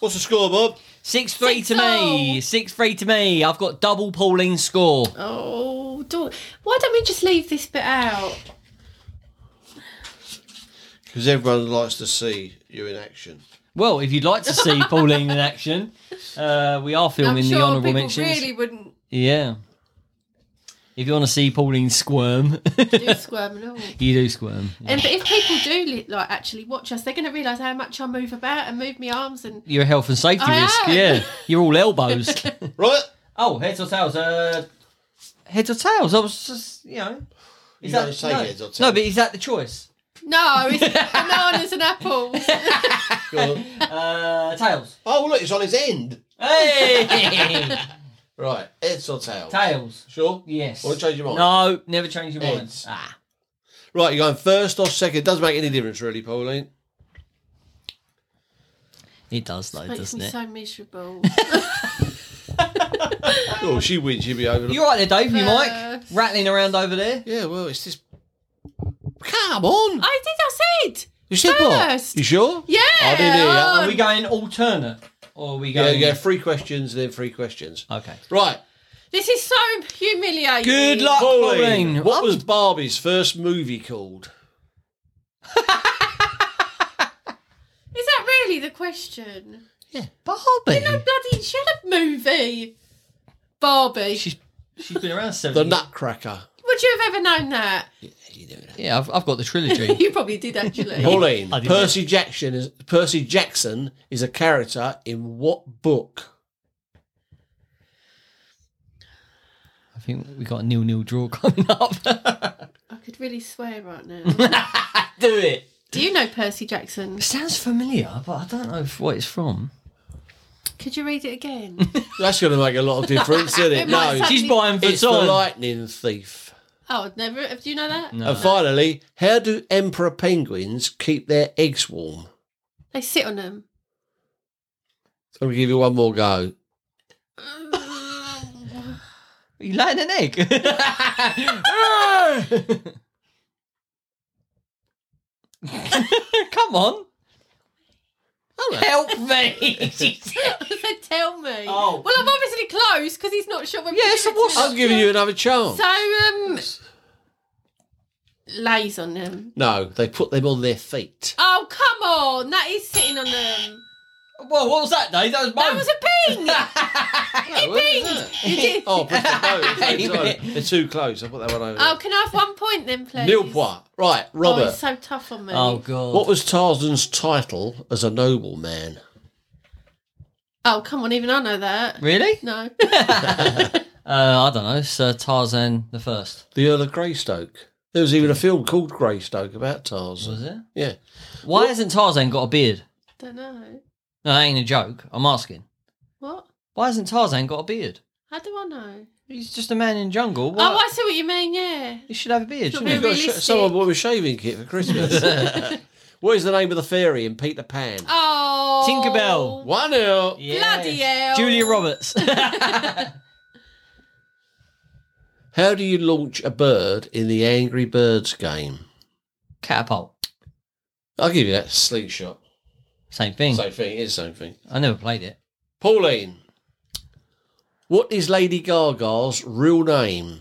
Speaker 3: What's the score, Bob?
Speaker 2: 6 3 to
Speaker 4: Six
Speaker 2: me. 6 3 to me. I've got double Pauline's score.
Speaker 4: oh, don't, why don't we just leave this bit out?
Speaker 3: Because everyone likes to see you in action.
Speaker 2: Well, if you'd like to see Pauline in action, uh, we are
Speaker 4: I'm
Speaker 2: filming
Speaker 4: sure
Speaker 2: the honourable
Speaker 4: people
Speaker 2: mentions.
Speaker 4: really wouldn't
Speaker 2: Yeah. If you want to see Pauline squirm,
Speaker 4: do squirm at all.
Speaker 2: you do squirm.
Speaker 4: And but if people do li- like actually watch us, they're going to realise how much I move about and move my arms and
Speaker 2: You're a health and safety
Speaker 4: I
Speaker 2: risk.
Speaker 4: am.
Speaker 2: Yeah. You're all elbows.
Speaker 3: Right?
Speaker 2: oh, heads or tails? Uh, heads or tails? I was just, you know. Is
Speaker 3: You don't say
Speaker 2: no.
Speaker 3: heads or tails.
Speaker 2: No, but is that the choice?
Speaker 4: no, it's bananas and apples.
Speaker 3: Go on.
Speaker 2: Uh, tails.
Speaker 3: oh, look, it's on his end.
Speaker 2: Hey!
Speaker 3: Right. Heads or tails?
Speaker 2: tails.
Speaker 3: Sure?
Speaker 2: Yes.
Speaker 3: Or change your mind?
Speaker 2: No, never change your mind.
Speaker 3: Heads.
Speaker 2: Ah.
Speaker 3: Right, you're going first or second. Doesn't make any difference, really, Pauline.
Speaker 2: It does though,
Speaker 4: Makes
Speaker 2: doesn't
Speaker 4: me
Speaker 2: it?
Speaker 4: so miserable.
Speaker 3: Oh, she wins, she'll be over. the-
Speaker 2: You're right there, Dave. You
Speaker 4: Uh,
Speaker 2: Mike rattling around over there.
Speaker 3: Yeah, well, it's just. Come on!
Speaker 4: I did. I said.
Speaker 3: You said
Speaker 4: First.
Speaker 3: what? You sure?
Speaker 4: Yeah. Oh,
Speaker 3: I didn't hear that.
Speaker 2: Are we going alternate, or are we
Speaker 3: Yeah,
Speaker 2: going?
Speaker 3: yeah, three questions, then three questions.
Speaker 2: Okay.
Speaker 3: Right.
Speaker 4: This is so humiliating.
Speaker 2: Good luck, Pauline.
Speaker 3: Pauline, what was Barbie's first movie called?
Speaker 4: Is that really the question?
Speaker 2: Yeah, Barbie.
Speaker 4: Bloody she had a movie. Barbie.
Speaker 2: She's she's been around
Speaker 3: The
Speaker 2: seven.
Speaker 3: Nutcracker.
Speaker 4: Would you have ever known that?
Speaker 2: yeah, I've, I've got the trilogy.
Speaker 4: You probably did actually.
Speaker 3: Pauline,
Speaker 2: I did
Speaker 3: Percy Jackson is Percy Jackson is a character in what book?
Speaker 2: I think we got a nil nil draw coming up.
Speaker 4: I could really swear right now.
Speaker 2: Do it.
Speaker 4: Do you know Percy Jackson?
Speaker 2: It sounds familiar, but I don't know if what it's from.
Speaker 4: Could you read it again?
Speaker 3: That's going to make a lot of difference, isn't it?
Speaker 4: It might
Speaker 3: No,
Speaker 4: sound-
Speaker 2: She's buying for
Speaker 3: it's the
Speaker 2: time.
Speaker 3: Lightning Thief.
Speaker 4: oh, I'd never. Do you know that?
Speaker 2: No.
Speaker 3: And finally, how do emperor penguins keep their eggs warm?
Speaker 4: They sit on them.
Speaker 3: I'm going to give you one more go.
Speaker 2: You laying an egg? Come on. Help me.
Speaker 4: Tell me.
Speaker 2: Oh.
Speaker 4: Well, I'm obviously close because he's not sure when.
Speaker 2: Yeah,
Speaker 4: we give it to
Speaker 2: so what's-
Speaker 4: him.
Speaker 3: I'm giving you another chance.
Speaker 4: So um, lays on them.
Speaker 3: No, they put them on their feet.
Speaker 4: Oh come on, that is sitting on them.
Speaker 2: well, what was that, Dave? That was
Speaker 4: That
Speaker 2: mine.
Speaker 4: was a ping.
Speaker 3: Oh, where was that?
Speaker 4: You did-
Speaker 3: Oh, push
Speaker 2: Hey,
Speaker 3: the
Speaker 2: mate.
Speaker 3: boat. They're too close. I put that one over.
Speaker 4: Oh, can I have one point then, please?
Speaker 3: Nil point. Right,
Speaker 4: Oh,
Speaker 3: Robert.
Speaker 4: it's so tough on me.
Speaker 2: oh, God.
Speaker 3: what was Tarzan's title as a nobleman?
Speaker 4: Oh, come on, even I know that.
Speaker 2: Really?
Speaker 4: No.
Speaker 2: Uh, I don't know. Sir Tarzan the First.
Speaker 3: The Earl of Greystoke. There was even a film called Greystoke about Tarzan.
Speaker 4: Mm.
Speaker 2: Was it?
Speaker 3: Yeah.
Speaker 2: Why hasn't Tarzan got a beard?
Speaker 4: Don't know.
Speaker 2: No, that ain't a joke. I'm asking.
Speaker 4: What?
Speaker 2: Why hasn't Tarzan got a beard?
Speaker 4: How do I know?
Speaker 2: He's just a man in jungle. Why?
Speaker 4: Oh, I see what you mean. Yeah.
Speaker 2: He should have a beard,
Speaker 4: Should
Speaker 2: shouldn't he?
Speaker 4: be
Speaker 3: Got a sh-
Speaker 4: Realistic.
Speaker 3: someone bought me a shaving kit for Christmas. what is the name of the fairy in Peter Pan?
Speaker 4: Oh.
Speaker 2: Tinkerbell.
Speaker 3: One nil.
Speaker 4: Bloody hell.
Speaker 2: Julia Roberts.
Speaker 3: How do you launch a bird in the Angry Birds game?
Speaker 2: Catapult.
Speaker 3: I'll give you that slingshot.
Speaker 2: Same thing.
Speaker 3: Same thing. It is same thing.
Speaker 2: I never played it.
Speaker 3: Pauline, what is Lady Gaga's real name?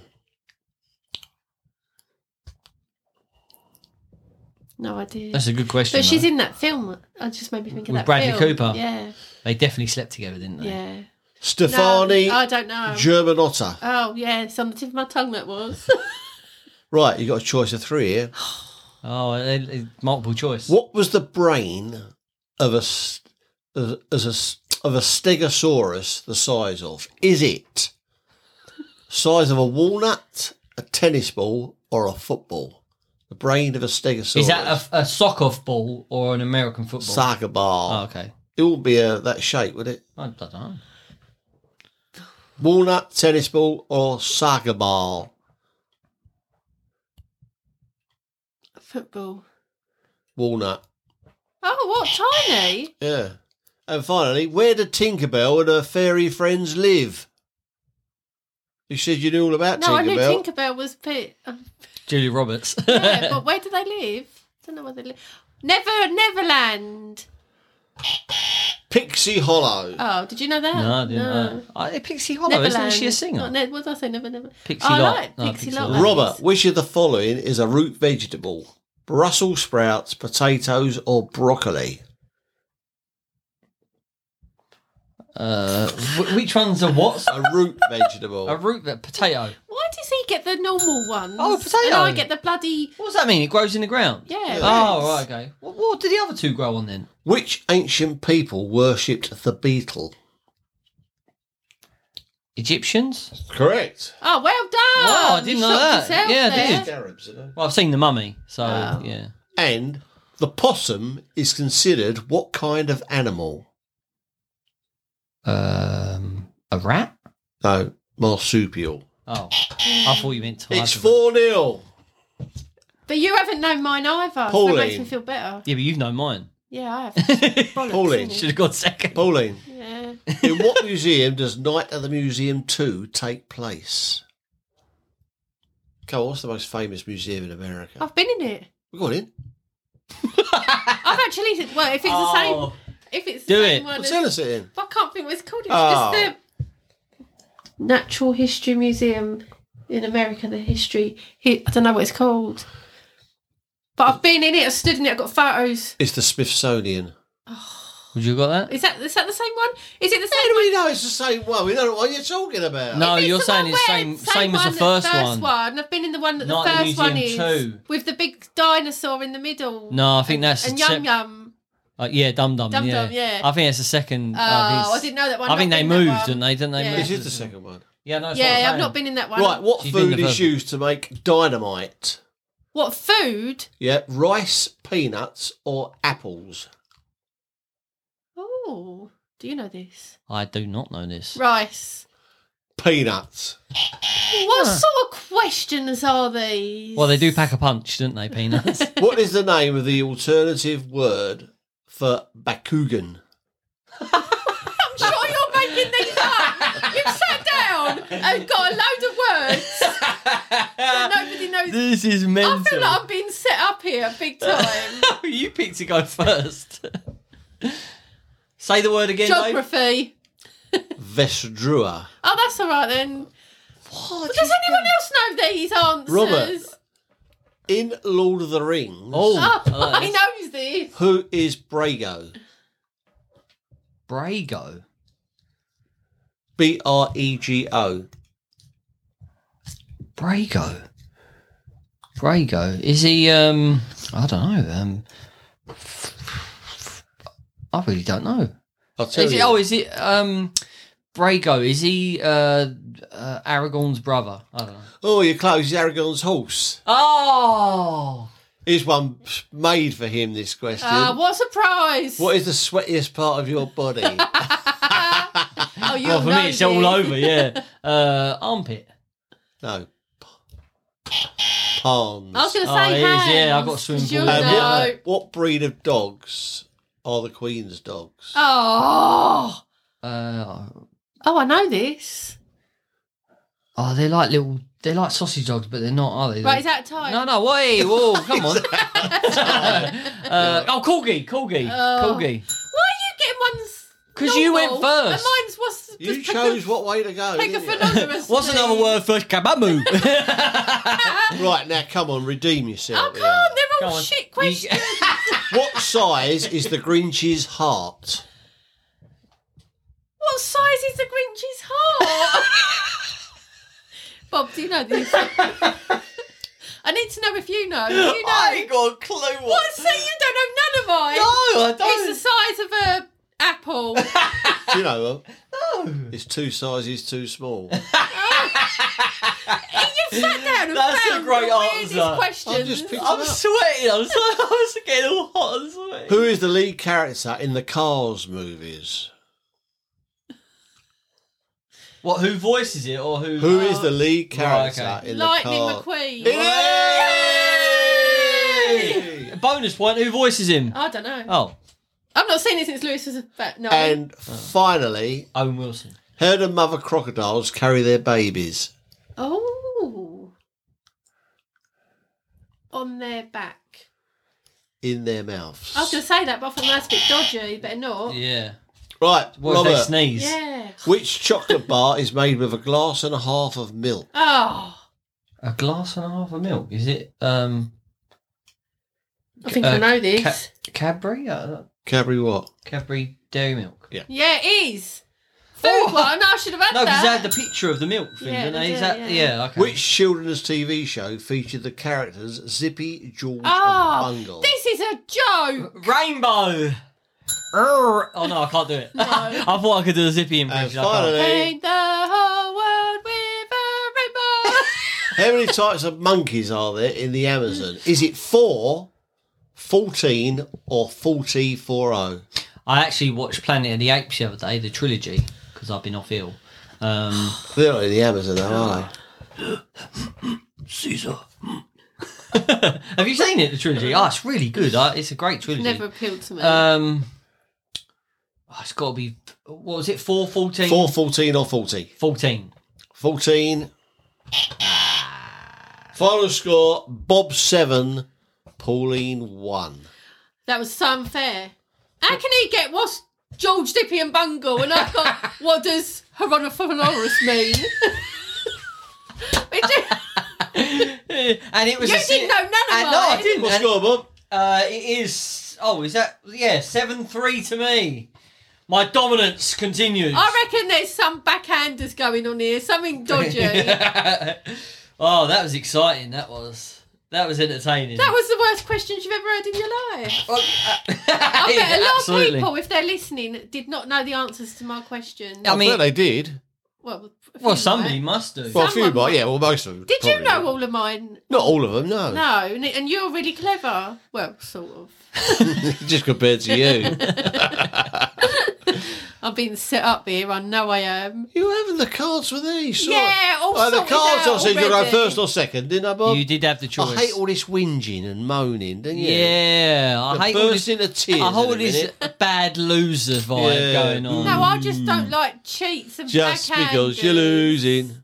Speaker 4: No idea.
Speaker 2: That's a good question.
Speaker 4: But she's
Speaker 2: though.
Speaker 4: in that film. I just made me think of
Speaker 2: With
Speaker 4: that.
Speaker 2: Bradley
Speaker 4: film.
Speaker 2: Cooper.
Speaker 4: Yeah.
Speaker 2: They definitely slept together, didn't they?
Speaker 4: Yeah.
Speaker 3: Stefani
Speaker 4: No, I don't know.
Speaker 3: Germanotta.
Speaker 4: oh yeah, it's on the tip of my tongue. That was.
Speaker 3: Right, you got a choice of three here.
Speaker 2: Oh, they- they- multiple choice.
Speaker 3: What was the brain of a s- of as a s- of a stegosaurus the size of? Is it size of a walnut, a tennis ball, or a football? The brain of a stegosaurus.
Speaker 2: Is that a, a sock off ball or an American football?
Speaker 3: soccer
Speaker 2: Oh,
Speaker 3: ball?
Speaker 2: okay.
Speaker 3: It would be a, that shape, would it?
Speaker 2: I don't know.
Speaker 3: Walnut, tennis ball, or soccer ball?
Speaker 4: Football.
Speaker 3: Walnut.
Speaker 4: Oh, what tiny?
Speaker 3: Yeah. And finally, where did Tinkerbell and her fairy friends live? You said you knew all about
Speaker 4: No,
Speaker 3: Tinkerbell.
Speaker 4: I knew Tinkerbell was pit.
Speaker 2: Julia Roberts.
Speaker 4: Yeah, but where do they live? don't know where they live. Never Neverland.
Speaker 3: Pixie Hollow.
Speaker 4: Oh, did you know that?
Speaker 2: no, I didn't know. I, Pixie Hollow,
Speaker 4: Neverland.
Speaker 2: isn't she a singer?
Speaker 4: Not ne- what did I say? Never, never.
Speaker 2: Pixie
Speaker 4: oh, I
Speaker 2: Lot.
Speaker 4: like
Speaker 2: No,
Speaker 4: Pixie
Speaker 2: Pixie
Speaker 4: Lot.
Speaker 2: Lot.
Speaker 3: Robert, which of the following is a root vegetable? Brussels sprouts, potatoes, or broccoli?
Speaker 2: Uh, wh- which one's a what?
Speaker 3: A root
Speaker 2: a
Speaker 3: vegetable.
Speaker 2: root a potato.
Speaker 4: Why does he get the normal ones?
Speaker 2: Oh, potato.
Speaker 4: And I get the bloody.
Speaker 2: What does that mean? It grows in the ground.
Speaker 4: Yeah.
Speaker 2: Oh,
Speaker 4: roots.
Speaker 2: right, okay. What, what do the other two grow on then?
Speaker 3: Which ancient people worshipped the beetle?
Speaker 2: Egyptians?
Speaker 3: Correct.
Speaker 4: Oh, well done.
Speaker 2: Wow, I didn't
Speaker 4: You
Speaker 2: know
Speaker 4: shocked yourself
Speaker 2: that. Yeah, I
Speaker 4: there.
Speaker 2: did. Well, I've seen the mummy, so
Speaker 4: Oh.
Speaker 2: yeah.
Speaker 3: And the possum is considered what kind of animal?
Speaker 2: Um, a rat?
Speaker 3: No, marsupial.
Speaker 2: Oh, I thought you meant tiger.
Speaker 3: It's 4 0.
Speaker 4: But you haven't known mine either. So
Speaker 3: Pauline.
Speaker 4: it makes me feel better.
Speaker 2: Yeah, but you've known mine.
Speaker 4: Yeah, I have. Bollocks,
Speaker 3: Pauline,
Speaker 4: innit?
Speaker 2: Should have gone second.
Speaker 3: Pauline,
Speaker 4: Yeah.
Speaker 3: in what museum does Night at the Museum 2 take place? Come on, what's the most famous museum in America?
Speaker 4: I've been in it.
Speaker 3: We've got in.
Speaker 4: I've actually. Well, if it's the same.
Speaker 2: Oh.
Speaker 4: If it's the
Speaker 2: Do
Speaker 4: same
Speaker 2: it. Ah.
Speaker 4: one
Speaker 3: Well,
Speaker 4: as-
Speaker 3: tell us it in.
Speaker 4: I can't think what it's called. It's
Speaker 3: Oh.
Speaker 4: just the Natural History Museum in America. The history. He, I don't know what it's called. But I've been in it. I've stood in it. I've got photos.
Speaker 3: It's the Smithsonian.
Speaker 2: Would you have got that?
Speaker 4: Is that is that the same one? Is it the
Speaker 3: How
Speaker 4: same?
Speaker 3: do we know it's the same one? We don't know what you're talking about.
Speaker 2: No,
Speaker 4: It's
Speaker 2: you're
Speaker 4: the
Speaker 2: saying
Speaker 4: one
Speaker 2: it's
Speaker 4: where
Speaker 2: same same as the
Speaker 4: one,
Speaker 2: first,
Speaker 4: first
Speaker 2: one.
Speaker 4: I've been in the one that the
Speaker 2: Not the
Speaker 4: first one is
Speaker 2: Museum Two.
Speaker 4: with the big dinosaur in the middle.
Speaker 2: No, I think that's
Speaker 4: and
Speaker 2: a sep-
Speaker 4: Yum Yum.
Speaker 2: Uh, yeah, Dum Dum.
Speaker 4: Dum
Speaker 2: yeah.
Speaker 4: Dum, yeah.
Speaker 2: I think that's the second.
Speaker 4: Oh,
Speaker 2: uh,
Speaker 4: I
Speaker 2: his-
Speaker 4: didn't know that one.
Speaker 2: I think
Speaker 4: I've
Speaker 2: they
Speaker 4: been in that
Speaker 2: moved,
Speaker 4: one.
Speaker 2: didn't they? Didn't they?
Speaker 4: Yeah.
Speaker 2: move?
Speaker 3: This is the second one.
Speaker 2: Yeah, no, it's not the
Speaker 4: Yeah,
Speaker 2: same.
Speaker 4: I've not been in that one.
Speaker 3: Right, what
Speaker 2: She's been
Speaker 3: food
Speaker 2: the
Speaker 3: is
Speaker 2: first one.
Speaker 3: used to make dynamite?
Speaker 4: What food?
Speaker 3: Yeah, rice, peanuts, or apples?
Speaker 4: Oh, do you know this?
Speaker 2: I do not know this.
Speaker 4: Rice.
Speaker 3: Peanuts.
Speaker 4: What sort of questions are these?
Speaker 2: Well, they do pack a punch, don't they, peanuts?
Speaker 3: what is the name of the alternative word for Bakugan?
Speaker 4: I'm sure you're making these up. You've sat down and got a load of words that nobody knows.
Speaker 2: this is mental.
Speaker 4: I feel like I'm being set up here big time.
Speaker 2: you picked to go first. Say the word again, Dave.
Speaker 4: Geography.
Speaker 3: Vesdrua.
Speaker 4: Oh, that's all right then.
Speaker 2: What?
Speaker 4: But does anyone else know these answers?
Speaker 3: Robert. In Lord of the Rings,
Speaker 2: Oh,
Speaker 4: Oh,
Speaker 2: I like
Speaker 4: I
Speaker 2: this.
Speaker 4: knows this.
Speaker 3: who is Brago?
Speaker 2: Brago.
Speaker 3: B R E G O.
Speaker 2: Brago. Brago. Is he um I don't know, um I really don't know.
Speaker 3: I'll tell
Speaker 2: Is
Speaker 3: you.
Speaker 2: it, oh, is it um Brago is he uh, uh, Aragorn's brother? I don't know.
Speaker 3: Oh, your clothes is Aragorn's horse.
Speaker 2: Oh,
Speaker 3: Here's one made for him. This question:
Speaker 4: Ah, what a surprise!
Speaker 3: What is the sweatiest part of your body?
Speaker 4: Oh, you
Speaker 2: well, for me it's all over. Yeah, uh, armpit.
Speaker 3: no, palms.
Speaker 4: I was going to
Speaker 2: Oh,
Speaker 4: say
Speaker 2: it is,
Speaker 4: hands.
Speaker 2: yeah, I've got a swimming
Speaker 4: You'll
Speaker 2: pool.
Speaker 3: And
Speaker 2: Um,
Speaker 4: know.
Speaker 3: what, what breed of dogs are the Queen's dogs?
Speaker 4: Uh, Oh,
Speaker 2: Uh,
Speaker 4: oh, I know this.
Speaker 2: oh, they're like little. They're like sausage dogs, but they're not, are they?
Speaker 4: Right, is that time?
Speaker 2: No, no, wait, whoa, come on. uh, oh, corgi, corgi,
Speaker 4: Oh. Why are
Speaker 2: corgi.
Speaker 4: you getting one's?
Speaker 2: Because you went
Speaker 4: normal
Speaker 2: first.
Speaker 4: And mine's was.
Speaker 3: You chose what way to go.
Speaker 4: Pick a
Speaker 3: didn't you?
Speaker 4: phenomenon.
Speaker 2: What's another word for kabamu?
Speaker 3: Right now, come on, redeem
Speaker 4: Oh,
Speaker 3: yourself.
Speaker 4: come
Speaker 3: Ian.
Speaker 4: on, they're
Speaker 2: Go
Speaker 4: all
Speaker 2: on.
Speaker 4: shit
Speaker 2: You-
Speaker 4: questions.
Speaker 3: What size is the Grinch's heart?
Speaker 4: What size is the Grinch's heart? Bob, do you know this? I need to know if you know. Do you know?
Speaker 3: got a clue.
Speaker 4: What? So you don't know none of mine?
Speaker 3: No, I don't.
Speaker 4: It's the size of a apple.
Speaker 3: Do you know? No. It's two sizes too small.
Speaker 4: You've sat down and
Speaker 2: That's a
Speaker 4: found
Speaker 2: great
Speaker 4: the weirdest
Speaker 2: answer.
Speaker 4: questions. Oh,
Speaker 3: I've just picked
Speaker 2: I'm
Speaker 3: it up.
Speaker 2: sweating. I'm, so, I'm getting all hot and sweaty.
Speaker 3: Who is the lead character in the Cars movies?
Speaker 2: What? Who voices it, or who?
Speaker 3: Who is the
Speaker 2: Right,
Speaker 3: lead character
Speaker 2: okay.
Speaker 3: in
Speaker 4: Lightning
Speaker 3: the Cars?
Speaker 4: McQueen.
Speaker 3: Yay!
Speaker 2: bonus point? Who voices him?
Speaker 4: I don't know.
Speaker 2: Oh,
Speaker 4: I've not seen it since Lewis was a fat. No.
Speaker 3: And finally,
Speaker 2: Owen Wilson.
Speaker 3: herd of mother crocodiles carry their babies.
Speaker 4: oh. On their back.
Speaker 3: In their mouths.
Speaker 4: I was going to say that, but I thought that's a bit dodgy. Better not.
Speaker 2: Yeah.
Speaker 3: Right,
Speaker 2: What if they
Speaker 3: Robert,
Speaker 2: sneeze?
Speaker 4: Oh. Yeah.
Speaker 3: which chocolate bar is made with a glass and a half of milk?
Speaker 4: Oh.
Speaker 2: A glass and a half of milk. Is it um
Speaker 4: I think
Speaker 2: Uh,
Speaker 4: I know this.
Speaker 2: ca- Cadbury? Uh,
Speaker 3: Cadbury what?
Speaker 2: Cadbury dairy milk.
Speaker 4: yeah, it is. Food
Speaker 2: Oh.
Speaker 4: one. I should have had
Speaker 2: No, because they
Speaker 4: that.
Speaker 2: had the picture of the milk thing,
Speaker 4: Yeah,
Speaker 2: didn't they?
Speaker 4: they
Speaker 2: Is
Speaker 4: did,
Speaker 2: that yeah?
Speaker 4: yeah.
Speaker 2: okay.
Speaker 3: Which children's TV show featured the characters Zippy, George,
Speaker 4: Ah,
Speaker 3: and Bungle?
Speaker 4: this is a joke.
Speaker 2: rainbow? Urgh. Oh no, I can't do it.
Speaker 4: No.
Speaker 2: I thought I could do a zippy impression. I can't.
Speaker 3: finally,
Speaker 4: Paint the whole world with a rainbow.
Speaker 3: how many types of monkeys are there in the Amazon? Is it four, 14, or 40, 40?
Speaker 2: I actually watched Planet of the Apes the other day, the trilogy, because I've been off ill. Um,
Speaker 3: They're not in the Amazon, though, are they?
Speaker 2: Caesar. Have you seen it? The trilogy? Oh, it's really good. I, it's a great trilogy.
Speaker 4: Never appealed to me.
Speaker 2: Um, oh, it's got to be. What was it? Four, 14?
Speaker 3: 4, 14, or 40?
Speaker 2: 14.
Speaker 3: 14. Final score Bob 7, Pauline 1.
Speaker 4: that was so unfair. How can he get what's George Dippy and Bungle and I've got what does Herodophilorus mean? It ju-
Speaker 2: and it was.
Speaker 4: You
Speaker 2: a si-
Speaker 4: didn't know none of
Speaker 2: and, No, I
Speaker 4: mine.
Speaker 2: didn't.
Speaker 3: What
Speaker 2: And,
Speaker 3: score, Bob?
Speaker 2: uh, it is. Oh, is that? Yeah, seven three to me. My dominance continues.
Speaker 4: I reckon there's some backhanders going on here, something dodgy. that
Speaker 2: oh, that was exciting. That was. That was entertaining.
Speaker 4: was the worst questions you've ever heard in your life. I bet a lot of people, if they're listening, did not know the answers to my questions.
Speaker 2: I mean,
Speaker 3: they did.
Speaker 4: well, a few
Speaker 2: Um, well,
Speaker 4: might.
Speaker 2: somebody must do.
Speaker 3: Well, a few,
Speaker 4: Someone-
Speaker 3: but yeah, well, most of them.
Speaker 4: Did you
Speaker 3: probably.
Speaker 4: know all of mine?
Speaker 3: Not all of them, no.
Speaker 4: No, and, and you're really clever. Well, sort of.
Speaker 3: Just compared to you.
Speaker 4: I've been set up here. I know I am.
Speaker 3: you were having the cards with these. saw
Speaker 4: Yeah,
Speaker 3: it.
Speaker 4: all
Speaker 3: Oh, the
Speaker 4: sorted
Speaker 3: cards.
Speaker 4: out
Speaker 3: I said you go
Speaker 4: already.
Speaker 3: first or second, didn't I, Bob?
Speaker 2: You did have the choice.
Speaker 3: I hate all this whinging and moaning, don't you?
Speaker 2: Yeah, I
Speaker 3: I
Speaker 2: hate all
Speaker 3: burst
Speaker 2: this.
Speaker 3: into tears.
Speaker 2: I hold
Speaker 3: in a
Speaker 2: this
Speaker 3: minute.
Speaker 2: bad loser vibe
Speaker 3: Yeah.
Speaker 2: going on.
Speaker 4: No, I just don't like cheats
Speaker 2: uh,
Speaker 4: and
Speaker 3: Hmm. Just
Speaker 4: backhanders.
Speaker 3: because you're losing.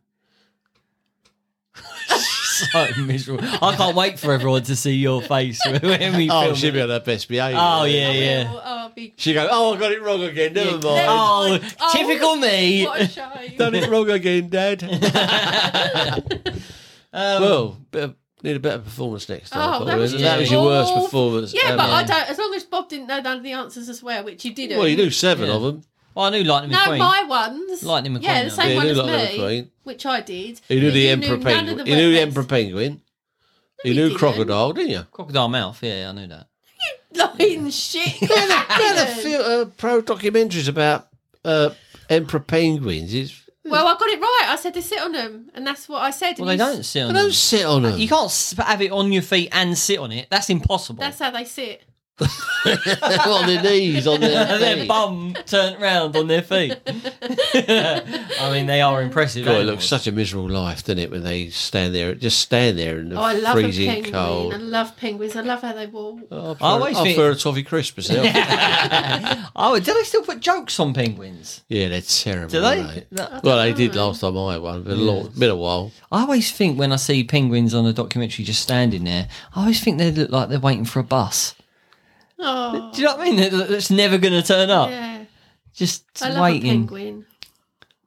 Speaker 2: so miserable. I can't wait for everyone to see your face when we
Speaker 3: Oh,
Speaker 2: film.
Speaker 3: she'll be
Speaker 2: it.
Speaker 3: on her best behaviour.
Speaker 2: Oh yeah,
Speaker 4: I will,
Speaker 2: yeah.
Speaker 4: oh, I'll be,
Speaker 3: She go, oh, I got it wrong again. Never mind.
Speaker 4: Oh,
Speaker 2: Oh,
Speaker 4: Oh,
Speaker 2: typical me.
Speaker 4: what a shame.
Speaker 3: Done it wrong again, Dad.
Speaker 2: Um,
Speaker 3: well, bit of- need a better performance next time.
Speaker 4: Oh,
Speaker 3: probably,
Speaker 4: that was
Speaker 3: isn't it? that was your worst
Speaker 4: awful.
Speaker 3: performance.
Speaker 4: yeah,
Speaker 3: ever.
Speaker 4: but I don't. As long as Bob didn't know none of the answers as well, which you didn't.
Speaker 3: Well, you do seven
Speaker 2: Yeah.
Speaker 3: of them.
Speaker 2: Well, I knew Lightning
Speaker 4: No,
Speaker 2: McQueen.
Speaker 4: my ones.
Speaker 2: Lightning McQueen,
Speaker 4: Yeah, the
Speaker 2: though.
Speaker 4: same
Speaker 3: Yeah,
Speaker 4: one
Speaker 3: you
Speaker 4: as
Speaker 3: knew Lightning
Speaker 4: me,
Speaker 3: McQueen.
Speaker 4: which I did.
Speaker 3: He knew
Speaker 4: But
Speaker 3: the
Speaker 4: you
Speaker 3: emperor
Speaker 4: none of
Speaker 3: penguin.
Speaker 4: the
Speaker 3: He knew the
Speaker 4: words.
Speaker 3: emperor penguin. He
Speaker 4: you
Speaker 3: knew
Speaker 4: didn't.
Speaker 3: crocodile, didn't you?
Speaker 2: Crocodile mouth. Yeah, I knew that.
Speaker 4: Lying shit.
Speaker 3: They had a few uh, pro documentaries about uh, Emperor penguins. It's,
Speaker 4: Well, I got it right. I said to sit on them, and that's what I said.
Speaker 2: Well, they
Speaker 4: and you s-
Speaker 2: don't sit on
Speaker 3: I
Speaker 2: them.
Speaker 3: don't sit on them.
Speaker 2: You can't s- have it on your feet and sit on it. That's impossible.
Speaker 4: That's how they sit.
Speaker 3: on their knees, on
Speaker 2: and
Speaker 3: their
Speaker 2: their
Speaker 3: feet.
Speaker 2: bum turned round on their feet. I mean, they are impressive.
Speaker 3: God, it
Speaker 2: animals.
Speaker 3: looks such a miserable life, doesn't it, when they stand there, just stand there in the
Speaker 4: Oh, I love a
Speaker 3: freezing
Speaker 4: penguin.
Speaker 3: cold.
Speaker 4: I love penguins. I love how they walk.
Speaker 3: Oh,
Speaker 2: I always
Speaker 3: I'll
Speaker 2: think-
Speaker 3: throw a toffee crisp myself.
Speaker 2: oh, do they still put jokes on penguins?
Speaker 3: yeah, they're terrible.
Speaker 2: Do they?
Speaker 3: aren't
Speaker 2: No.
Speaker 3: Well, they did last time I had one, but a long, been a while.
Speaker 2: I always think when I see penguins on a documentary just standing there, I always think they look like they're waiting for a bus.
Speaker 4: Oh,
Speaker 2: Do you know what I mean? That- That's never going to turn up.
Speaker 4: yeah.
Speaker 2: Just
Speaker 4: I love a
Speaker 2: waiting.
Speaker 4: penguin.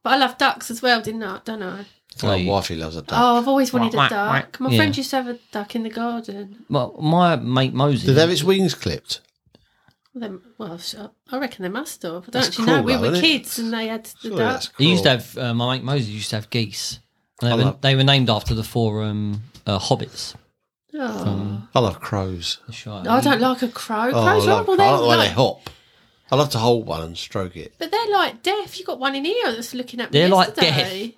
Speaker 4: But I love ducks as well, didn't I? Don't I?
Speaker 3: My
Speaker 2: Like-
Speaker 3: wifey loves a duck.
Speaker 4: Oh, I've always wanted
Speaker 2: Whack,
Speaker 4: a
Speaker 2: whack,
Speaker 4: duck. My
Speaker 2: whack.
Speaker 4: friend
Speaker 2: Yeah.
Speaker 4: used to have a duck in the garden.
Speaker 2: My, my mate Moses.
Speaker 3: Did they have its wings clipped?
Speaker 4: They, well, sh- I reckon they must have. I don't
Speaker 3: That's
Speaker 4: actually
Speaker 3: cruel
Speaker 4: know. We
Speaker 3: though,
Speaker 4: were
Speaker 3: isn't it?
Speaker 4: kids and they had the
Speaker 3: Surely
Speaker 4: duck.
Speaker 3: that's
Speaker 2: He used to
Speaker 3: cruel.
Speaker 2: have uh, my mate Moses used to have geese. And
Speaker 3: I
Speaker 2: They were,
Speaker 3: love-
Speaker 2: they were named after the four um, uh, hobbits.
Speaker 4: Oh.
Speaker 3: I love crows.
Speaker 2: That's right.
Speaker 4: I don't like a crow.
Speaker 3: Mm. Oh, I
Speaker 4: Crows are
Speaker 3: love
Speaker 4: horrible.
Speaker 3: crows.
Speaker 4: They're
Speaker 3: I like the way they
Speaker 4: like,
Speaker 3: hop. I love to hold one and stroke it.
Speaker 4: but they're like deaf. You got one in here that's looking at me
Speaker 2: They're like
Speaker 4: yesterday.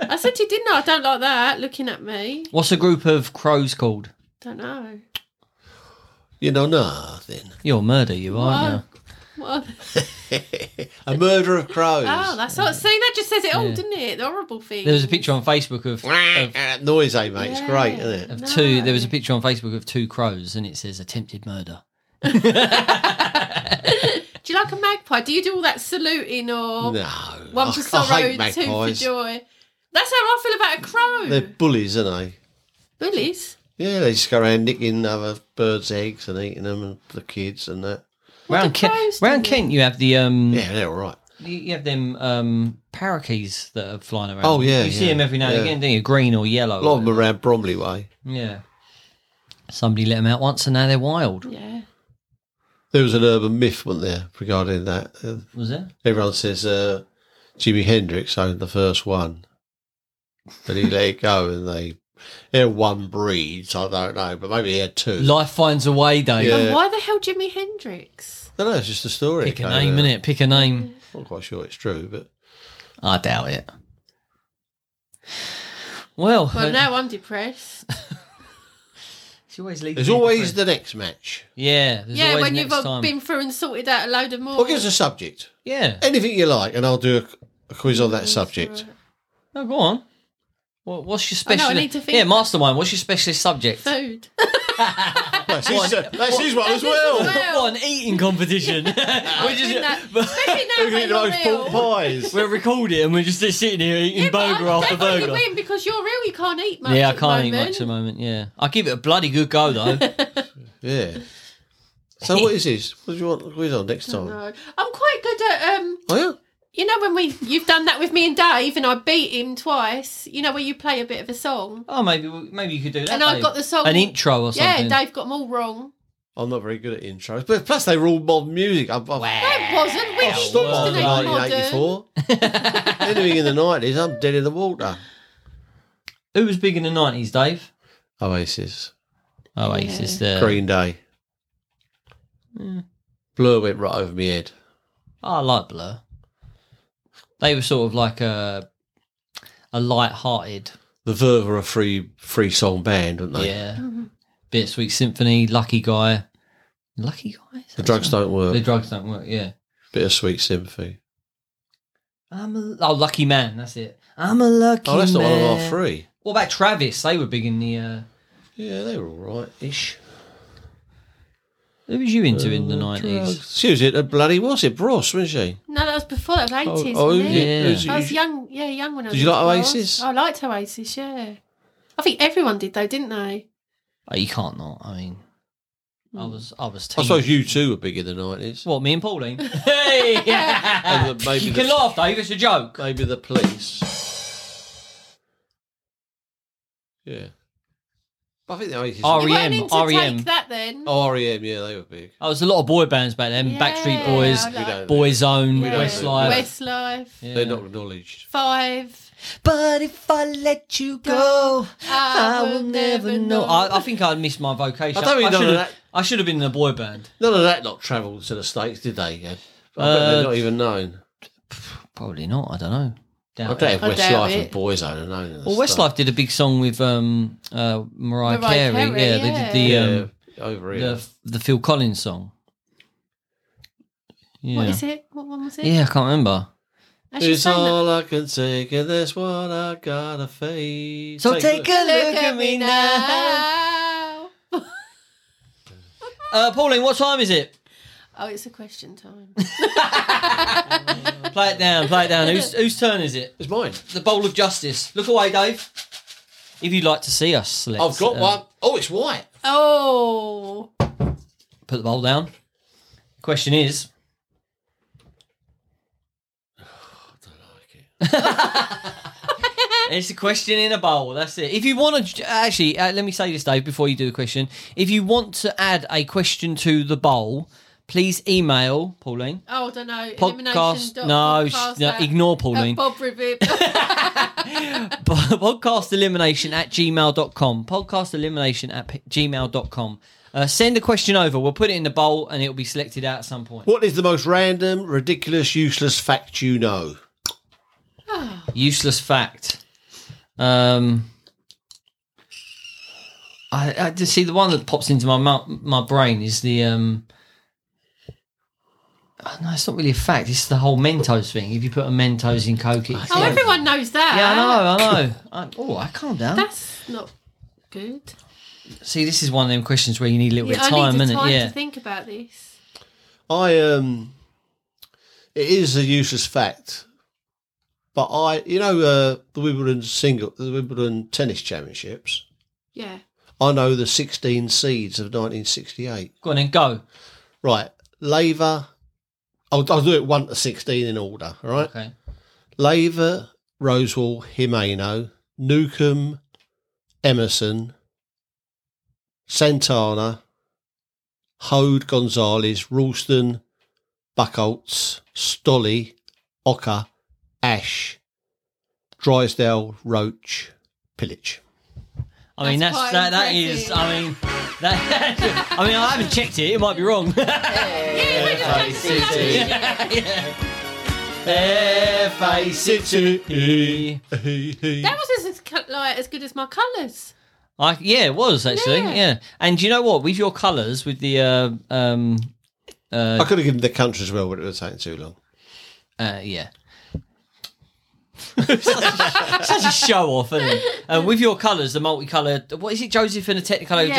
Speaker 4: I said to you, didn't I? I don't like that looking at me.
Speaker 2: What's a group of crows called?
Speaker 4: Don't know.
Speaker 3: You know nothing.
Speaker 2: You're a murder, you aren't you?
Speaker 4: Well,
Speaker 3: A murder of crows.
Speaker 4: oh, that's not. See, that just says it all, didn't it? The horrible thing.
Speaker 2: There was a picture on Facebook of, of,
Speaker 3: That noise, eh, mate? It's great,
Speaker 4: Yeah.
Speaker 3: isn't it?
Speaker 2: of two. There was a
Speaker 4: No.
Speaker 2: picture on Facebook of two crows, and it says attempted murder.
Speaker 4: Do you like a magpie? Do you do all that saluting or
Speaker 3: No.
Speaker 4: one
Speaker 3: I-
Speaker 4: for
Speaker 3: I,
Speaker 4: sorrow,
Speaker 3: hate
Speaker 4: two for
Speaker 3: magpies.
Speaker 4: joy? That's how I feel about a crow.
Speaker 3: They're bullies, aren't
Speaker 4: Bullies.
Speaker 3: they? Yeah, they just go around nicking other birds' eggs and eating them and the kids and that.
Speaker 2: round
Speaker 4: do
Speaker 2: Kent,
Speaker 4: crows do
Speaker 2: round
Speaker 4: then?
Speaker 2: Kent, you have the
Speaker 4: Mm.
Speaker 2: um,
Speaker 3: Yeah, they're all right.
Speaker 2: you, you have them um parakeets that are flying around.
Speaker 3: Oh, yeah,
Speaker 2: you see
Speaker 3: yeah,
Speaker 2: them every now
Speaker 3: yeah.
Speaker 2: and again, don't you? Green or yellow.
Speaker 3: A lot of them around Bromley Way.
Speaker 2: Yeah. Somebody let them out once, and now they're wild.
Speaker 4: Yeah.
Speaker 3: There was an urban myth, wasn't there, regarding that? Uh,
Speaker 2: Was there?
Speaker 3: Everyone says uh, Jimi Hendrix owned the first one, but he let it go, and they they had one breeds. I don't know, but maybe he had two.
Speaker 2: Life finds a way, Dave.
Speaker 3: Yeah.
Speaker 4: And why the hell Jimi Hendrix?
Speaker 3: I don't know. It's just a story.
Speaker 2: Pick a
Speaker 3: came
Speaker 2: name,
Speaker 3: out.
Speaker 2: innit? Pick a name.
Speaker 3: Not quite sure it's true, but
Speaker 2: I doubt it. Well,
Speaker 4: Well,
Speaker 2: uh,
Speaker 4: now I'm depressed.
Speaker 2: she always leaves
Speaker 3: there's
Speaker 2: me
Speaker 3: always
Speaker 2: depressed.
Speaker 3: the next match.
Speaker 2: yeah. There's
Speaker 4: yeah,
Speaker 2: always
Speaker 4: when
Speaker 2: next
Speaker 4: you've uh,
Speaker 2: time.
Speaker 4: been through and sorted out a load of more.
Speaker 3: Well, give us a subject,
Speaker 2: yeah.
Speaker 3: anything you like, and I'll do a, a quiz on that subject.
Speaker 2: No, go on. What, what's your
Speaker 4: Oh, no, I
Speaker 2: special?
Speaker 4: need to think.
Speaker 2: yeah, mastermind. What's your specialist subject?
Speaker 4: Food.
Speaker 3: That's his, that's his one
Speaker 4: That's his as
Speaker 3: as well.
Speaker 4: well.
Speaker 2: What an eating competition. we're just,
Speaker 4: Isn't that- Especially now
Speaker 3: Look
Speaker 4: when you're
Speaker 3: at those pork
Speaker 4: ill.
Speaker 3: pies.
Speaker 2: we're recording and we're just sitting here eating
Speaker 4: Yeah, but
Speaker 2: burger
Speaker 4: I
Speaker 2: after
Speaker 4: definitely
Speaker 2: burger.
Speaker 4: win because you're ill. You can't eat much.
Speaker 2: Yeah, I
Speaker 4: at the
Speaker 2: can't eat
Speaker 4: moment.
Speaker 2: much at the moment. Yeah, I give it a bloody good go though.
Speaker 3: Yeah. So what is this? What do you want the quiz on next time?
Speaker 4: No, I'm quite good at um.
Speaker 3: Oh yeah.
Speaker 4: You know when we you've done that with me and Dave, and I beat him twice. You know where you play a bit of a song.
Speaker 2: oh, maybe we- maybe you could do that.
Speaker 4: And I've
Speaker 2: babe.
Speaker 4: got the song-
Speaker 2: an intro or
Speaker 4: Yeah,
Speaker 2: something.
Speaker 4: Dave got them all wrong.
Speaker 3: I'm not very good at intros, but plus they were all modern music. I'm, I'm
Speaker 4: It wasn't. We
Speaker 3: I
Speaker 4: used
Speaker 3: stopped
Speaker 2: well,
Speaker 4: to
Speaker 3: after
Speaker 4: do
Speaker 2: well,
Speaker 4: modern.
Speaker 3: 1984. Anything in the 90s, I'm dead in the water.
Speaker 2: Who was big in the nineties, Dave?
Speaker 3: Oasis,
Speaker 2: Oh, Oasis. Yeah.
Speaker 3: Green Day. Blur went right over my head.
Speaker 2: Oh, I like Blur. They were sort of like a a light-hearted,
Speaker 3: The Verve were a free free song band, weren't they?
Speaker 2: yeah. Bit Sweet Symphony, Lucky Guy, Lucky Guy. Is
Speaker 3: The
Speaker 2: that
Speaker 3: drugs
Speaker 2: song?
Speaker 3: don't work.
Speaker 2: The drugs don't work. Yeah.
Speaker 3: Bit of sweet sympathy.
Speaker 2: I'm a, oh, lucky man. That's it. I'm a lucky.
Speaker 3: Oh, that's not
Speaker 2: man.
Speaker 3: one of our three.
Speaker 2: What about Travis? They were big in the. Uh,
Speaker 3: Yeah, they were all right ish.
Speaker 2: who was you into in the
Speaker 3: Uh,
Speaker 2: nineties?
Speaker 3: She was it a bloody was it Bros, wasn't she?
Speaker 4: No, that was before. That was
Speaker 3: Oh,
Speaker 4: eighties.
Speaker 3: oh,
Speaker 4: wasn't it?
Speaker 2: yeah.
Speaker 3: it was-
Speaker 4: I was young. Yeah, young when I was.
Speaker 3: Did you like
Speaker 4: little.
Speaker 3: Oasis?
Speaker 4: I liked Oasis. Yeah, I think everyone did though, didn't they?
Speaker 2: Oh, you can't not. I mean, I was. I was.
Speaker 3: I
Speaker 2: Teen.
Speaker 3: suppose you two were big in the nineties.
Speaker 2: What me and Pauline? hey,
Speaker 3: And the- maybe
Speaker 2: you
Speaker 3: the-
Speaker 2: can laugh, Dave. It's a joke.
Speaker 3: Maybe the police. Yeah. E But I think the Oasis.
Speaker 2: Oh,
Speaker 4: You weren't
Speaker 2: REM,
Speaker 4: into
Speaker 2: REM.
Speaker 4: Take that then.
Speaker 3: Oh, REM, yeah, they were big.
Speaker 2: I was a lot of boy bands back then.
Speaker 4: Yeah,
Speaker 2: Backstreet
Speaker 4: I
Speaker 2: Boys,
Speaker 4: like-
Speaker 3: We don't-
Speaker 2: Boyzone,
Speaker 3: We don't-
Speaker 2: Westlife.
Speaker 4: Westlife.
Speaker 2: Yeah.
Speaker 3: They're not acknowledged.
Speaker 4: Five.
Speaker 2: But if I let you go,
Speaker 4: I will never know.
Speaker 2: I, I think I missed my vocation.
Speaker 3: I don't really know
Speaker 2: should have,
Speaker 3: that.
Speaker 2: I should have been in a boy band.
Speaker 3: None of that lot travelled to the States, did they? Yeah. I bet
Speaker 2: Uh,
Speaker 3: they're not even known.
Speaker 2: Probably not. I don't know.
Speaker 3: I don't have
Speaker 4: I doubt
Speaker 3: Westlife and
Speaker 4: it.
Speaker 3: Boyzone. I know.
Speaker 2: Well, Westlife did a big song with um, uh, Mariah,
Speaker 4: Mariah
Speaker 2: Carey.
Speaker 4: Carey,
Speaker 2: Yeah,
Speaker 4: yeah.
Speaker 2: they did the
Speaker 3: Yeah,
Speaker 2: um,
Speaker 3: over here.
Speaker 2: the the Phil Collins song. Yeah,
Speaker 4: What is it? What one was it?
Speaker 2: yeah, I can't remember.
Speaker 4: Actually,
Speaker 3: It's
Speaker 4: sang that.
Speaker 3: all I can take, and that's what I gotta face.
Speaker 2: So take, a look,
Speaker 4: Look at me now.
Speaker 2: Uh, Pauline, what time is it?
Speaker 4: Oh, it's a question time.
Speaker 2: Play it down, play it down. Whose whose turn is it?
Speaker 3: It's mine.
Speaker 2: The bowl of justice. Look away, Dave. If you'd like to see us, let's,
Speaker 3: I've got
Speaker 2: uh,
Speaker 3: one. Oh, it's white.
Speaker 4: oh,
Speaker 2: Put the bowl down. Question is, It's a question in a bowl. That's it. If you want to, actually, uh, let me say this, Dave, before you do the question. If you want to add a question to the bowl, please email Pauline.
Speaker 4: oh, I don't know.
Speaker 2: Podcast.
Speaker 4: Elimination.
Speaker 2: No,
Speaker 4: podcast
Speaker 2: sh- no
Speaker 4: at-
Speaker 2: ignore
Speaker 4: at
Speaker 2: Pauline.
Speaker 4: Bob Oh, Ribbit.
Speaker 2: podcast elimination at gmail.com. Podcast elimination at p- gmail.com. Uh, send a question over. We'll put it in the bowl and it'll be selected out at some point.
Speaker 3: What is the most random, ridiculous, useless fact you know?
Speaker 2: Useless fact. Um, I, I just see the one that pops into my mou- my brain is the um. oh, No, it's not really a fact. It's the whole Mentos thing. If you put a Mentos in Coke, it
Speaker 4: oh, everyone knows that.
Speaker 2: yeah, I know, I know. I, oh, I calm down.
Speaker 4: That's not good.
Speaker 2: See, this is one of them questions where you need a little
Speaker 4: Yeah,
Speaker 2: bit of time,
Speaker 4: I need
Speaker 2: isn't
Speaker 4: the time
Speaker 2: it? Yeah.
Speaker 4: to think about this.
Speaker 3: I um, it is a useless fact, but I, you know, uh, the Wimbledon single, the Wimbledon tennis championships.
Speaker 4: Yeah.
Speaker 3: I know the 16 seeds of 1968.
Speaker 2: Go on then, go.
Speaker 3: Right, Laver. I'll, I'll do it one to 16 in order. All right,
Speaker 2: Okay.
Speaker 3: Laver, Rosewall, Jimeno, Newcomb, Emerson, Santana, Hode, Gonzalez, Ralston, Buckholtz, Stolly, Ocker, Ash, Drysdale, Roach, Pillage.
Speaker 2: I mean, that's,
Speaker 4: That's quite
Speaker 2: that, that is,
Speaker 4: impressive.
Speaker 2: I mean, that, I mean, I haven't checked it. It might be wrong. E.
Speaker 3: F-A-C-T-E.
Speaker 4: That was as co- like as good as my colours.
Speaker 2: I, yeah, it was actually. Yeah.
Speaker 4: Yeah.
Speaker 2: And do you know what? With your colours, with the uh, um,
Speaker 3: I could have given the country as well, but it would have taken too long.
Speaker 2: uh, yeah. such, a, such a show off, isn't it? Um, with your colours, the multicoloured. What is it, Joseph and the Technicolor
Speaker 4: Yes.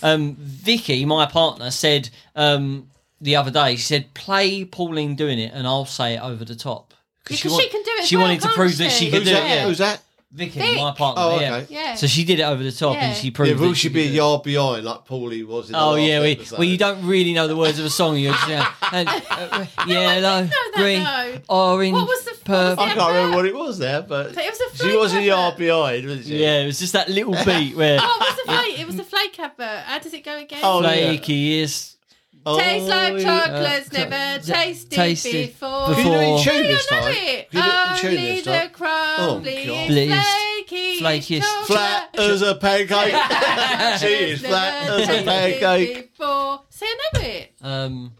Speaker 2: Dreamcoat? Um, Vicky, my partner, said um, the other day. She said, "Play Pauline doing it, and I'll say it over the top."
Speaker 4: Yeah, 'cause she can do it as
Speaker 2: She
Speaker 4: well,
Speaker 2: wanted to
Speaker 4: can't
Speaker 2: prove that
Speaker 4: she?
Speaker 2: she could
Speaker 3: Who's
Speaker 2: do
Speaker 3: that?
Speaker 2: it. Yeah.
Speaker 3: Who's that?
Speaker 2: Vicky,
Speaker 4: Vic.
Speaker 2: my partner.
Speaker 3: Oh,
Speaker 2: yeah.
Speaker 3: okay.
Speaker 4: Yeah.
Speaker 2: So she did it over the top,
Speaker 4: Yeah.
Speaker 2: and she
Speaker 3: Yeah,
Speaker 2: proved.
Speaker 3: Will
Speaker 2: that
Speaker 3: she
Speaker 2: could
Speaker 3: be a
Speaker 2: do it.
Speaker 3: yard behind like Paulie was in the
Speaker 2: Oh
Speaker 3: last
Speaker 2: yeah, we,
Speaker 3: episode?
Speaker 2: well you don't really know the words of a song. You're just now, and, uh, yellow,
Speaker 4: that,
Speaker 2: green,
Speaker 4: no.
Speaker 2: orange,
Speaker 4: What was the- what was
Speaker 2: purple.
Speaker 3: I can't remember what it was there, but,
Speaker 4: But it was a
Speaker 3: she was in
Speaker 4: flake
Speaker 3: yard
Speaker 4: advert.
Speaker 3: behind, wasn't she?
Speaker 2: yeah, it was just that little beat where
Speaker 4: Oh, it was the flake. It was the flake advert. How does it go again?
Speaker 3: Oh,
Speaker 2: flaky is
Speaker 3: Oh,
Speaker 4: Tastes like
Speaker 3: yeah.
Speaker 4: chocolates
Speaker 2: Uh,
Speaker 4: never
Speaker 2: t-
Speaker 4: tasted,
Speaker 2: tasted
Speaker 4: before.
Speaker 2: before.
Speaker 3: Can you do it in
Speaker 4: You
Speaker 2: Before-
Speaker 3: tune this
Speaker 4: don't know
Speaker 3: time?
Speaker 4: it.
Speaker 3: Can you do it in tune
Speaker 4: Only
Speaker 3: this
Speaker 4: the
Speaker 3: time?
Speaker 4: crumbly
Speaker 3: Oh, God.
Speaker 4: is flaky
Speaker 2: Flakiest.
Speaker 4: chocolate.
Speaker 3: Flat as a pancake. she is
Speaker 4: Never
Speaker 3: flat as a
Speaker 4: tasted
Speaker 3: pancake.
Speaker 4: Before. See, I know it.
Speaker 2: um.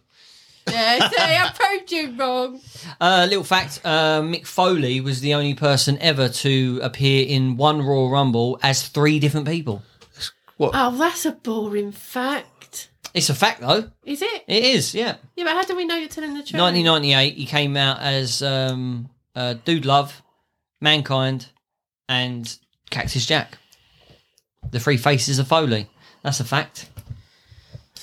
Speaker 4: Yeah, see, I proved you wrong.
Speaker 2: Uh, little fact: uh, Mick Foley was the only person ever to appear in one Royal Rumble as three different people.
Speaker 4: Oh, that's a boring fact.
Speaker 2: It's a fact, though.
Speaker 4: Is it?
Speaker 2: It is, yeah.
Speaker 4: Yeah, but how do we know you're telling the truth?
Speaker 2: 1998, he came out as um, uh, Dude Love, Mankind, and Cactus Jack. The three faces of Foley. That's a fact.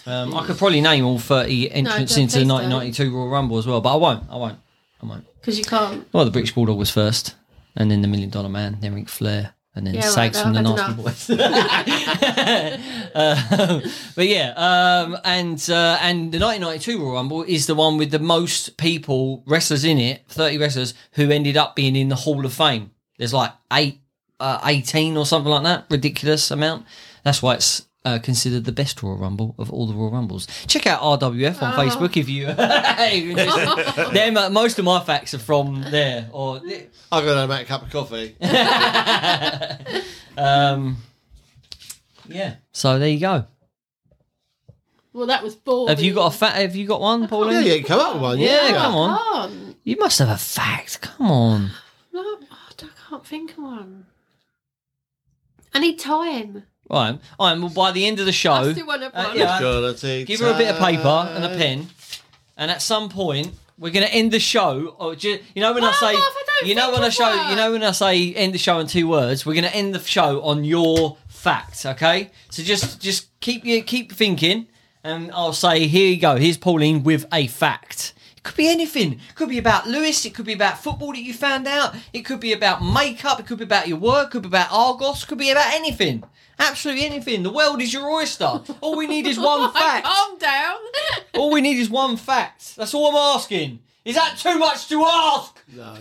Speaker 2: Um, I could probably name all 30 entrants
Speaker 4: don't,
Speaker 2: into the
Speaker 4: please don't.
Speaker 2: 1992 Royal Rumble as well, but I won't. I won't. I won't.
Speaker 4: Because you can't.
Speaker 2: Well, the British Bulldog was first, and then the Million Dollar Man, then Ric Flair, and then
Speaker 4: Yeah,
Speaker 2: Sags
Speaker 4: right,
Speaker 2: from the
Speaker 4: I've
Speaker 2: Nasty
Speaker 4: had
Speaker 2: Boys. Uh, but yeah, um, and uh, and the 1992 Royal Rumble is the one with the most people wrestlers in it, 30 wrestlers who ended up being in the Hall of Fame. There's like eight, uh, 18 or something like that, ridiculous amount. That's why it's. Uh, considered the best Royal Rumble of all the Royal Rumbles. Check out RWF on Facebook if you. if you're interested. Them, uh, most of my facts are from there, or
Speaker 3: I'm going to make a cup of coffee.
Speaker 2: um, yeah. So there you go.
Speaker 4: Well, that was boring.
Speaker 2: Have you got a fa- Have you got one,
Speaker 3: yeah,
Speaker 2: Pauline?
Speaker 3: you can come up with one.
Speaker 2: Yeah, come on.
Speaker 4: Can't.
Speaker 2: You must have a fact. Come on.
Speaker 4: No, I don't- I can't think of one. I need time.
Speaker 2: Right. All right. Well, by the end of the show,
Speaker 4: I still want to
Speaker 2: Uh,
Speaker 4: run.
Speaker 2: yeah.
Speaker 3: Gonna take
Speaker 2: give her a bit of paper and a
Speaker 3: time.
Speaker 2: pen, and at some point we're going to end the show. Or ju- you know when
Speaker 4: Oh,
Speaker 2: I say,
Speaker 4: Marv, I don't
Speaker 2: you know
Speaker 4: think
Speaker 2: when I
Speaker 4: it
Speaker 2: show, you
Speaker 4: works.
Speaker 2: know when I say end the show in two words, we're going to end the show on your fact. Okay, so just just keep you keep thinking, and I'll say here you go. Here's Pauline with a fact. It Could be anything. It could be about Lewis. It could be about football that you found out. It could be about makeup. It could be about your work. It could be about Argos. It could be about anything. Absolutely anything. The world is your oyster. All we need is one
Speaker 4: Right,
Speaker 2: fact.
Speaker 4: Calm down.
Speaker 2: All we need is one fact. That's all I'm asking. Is that too much to ask?
Speaker 3: No.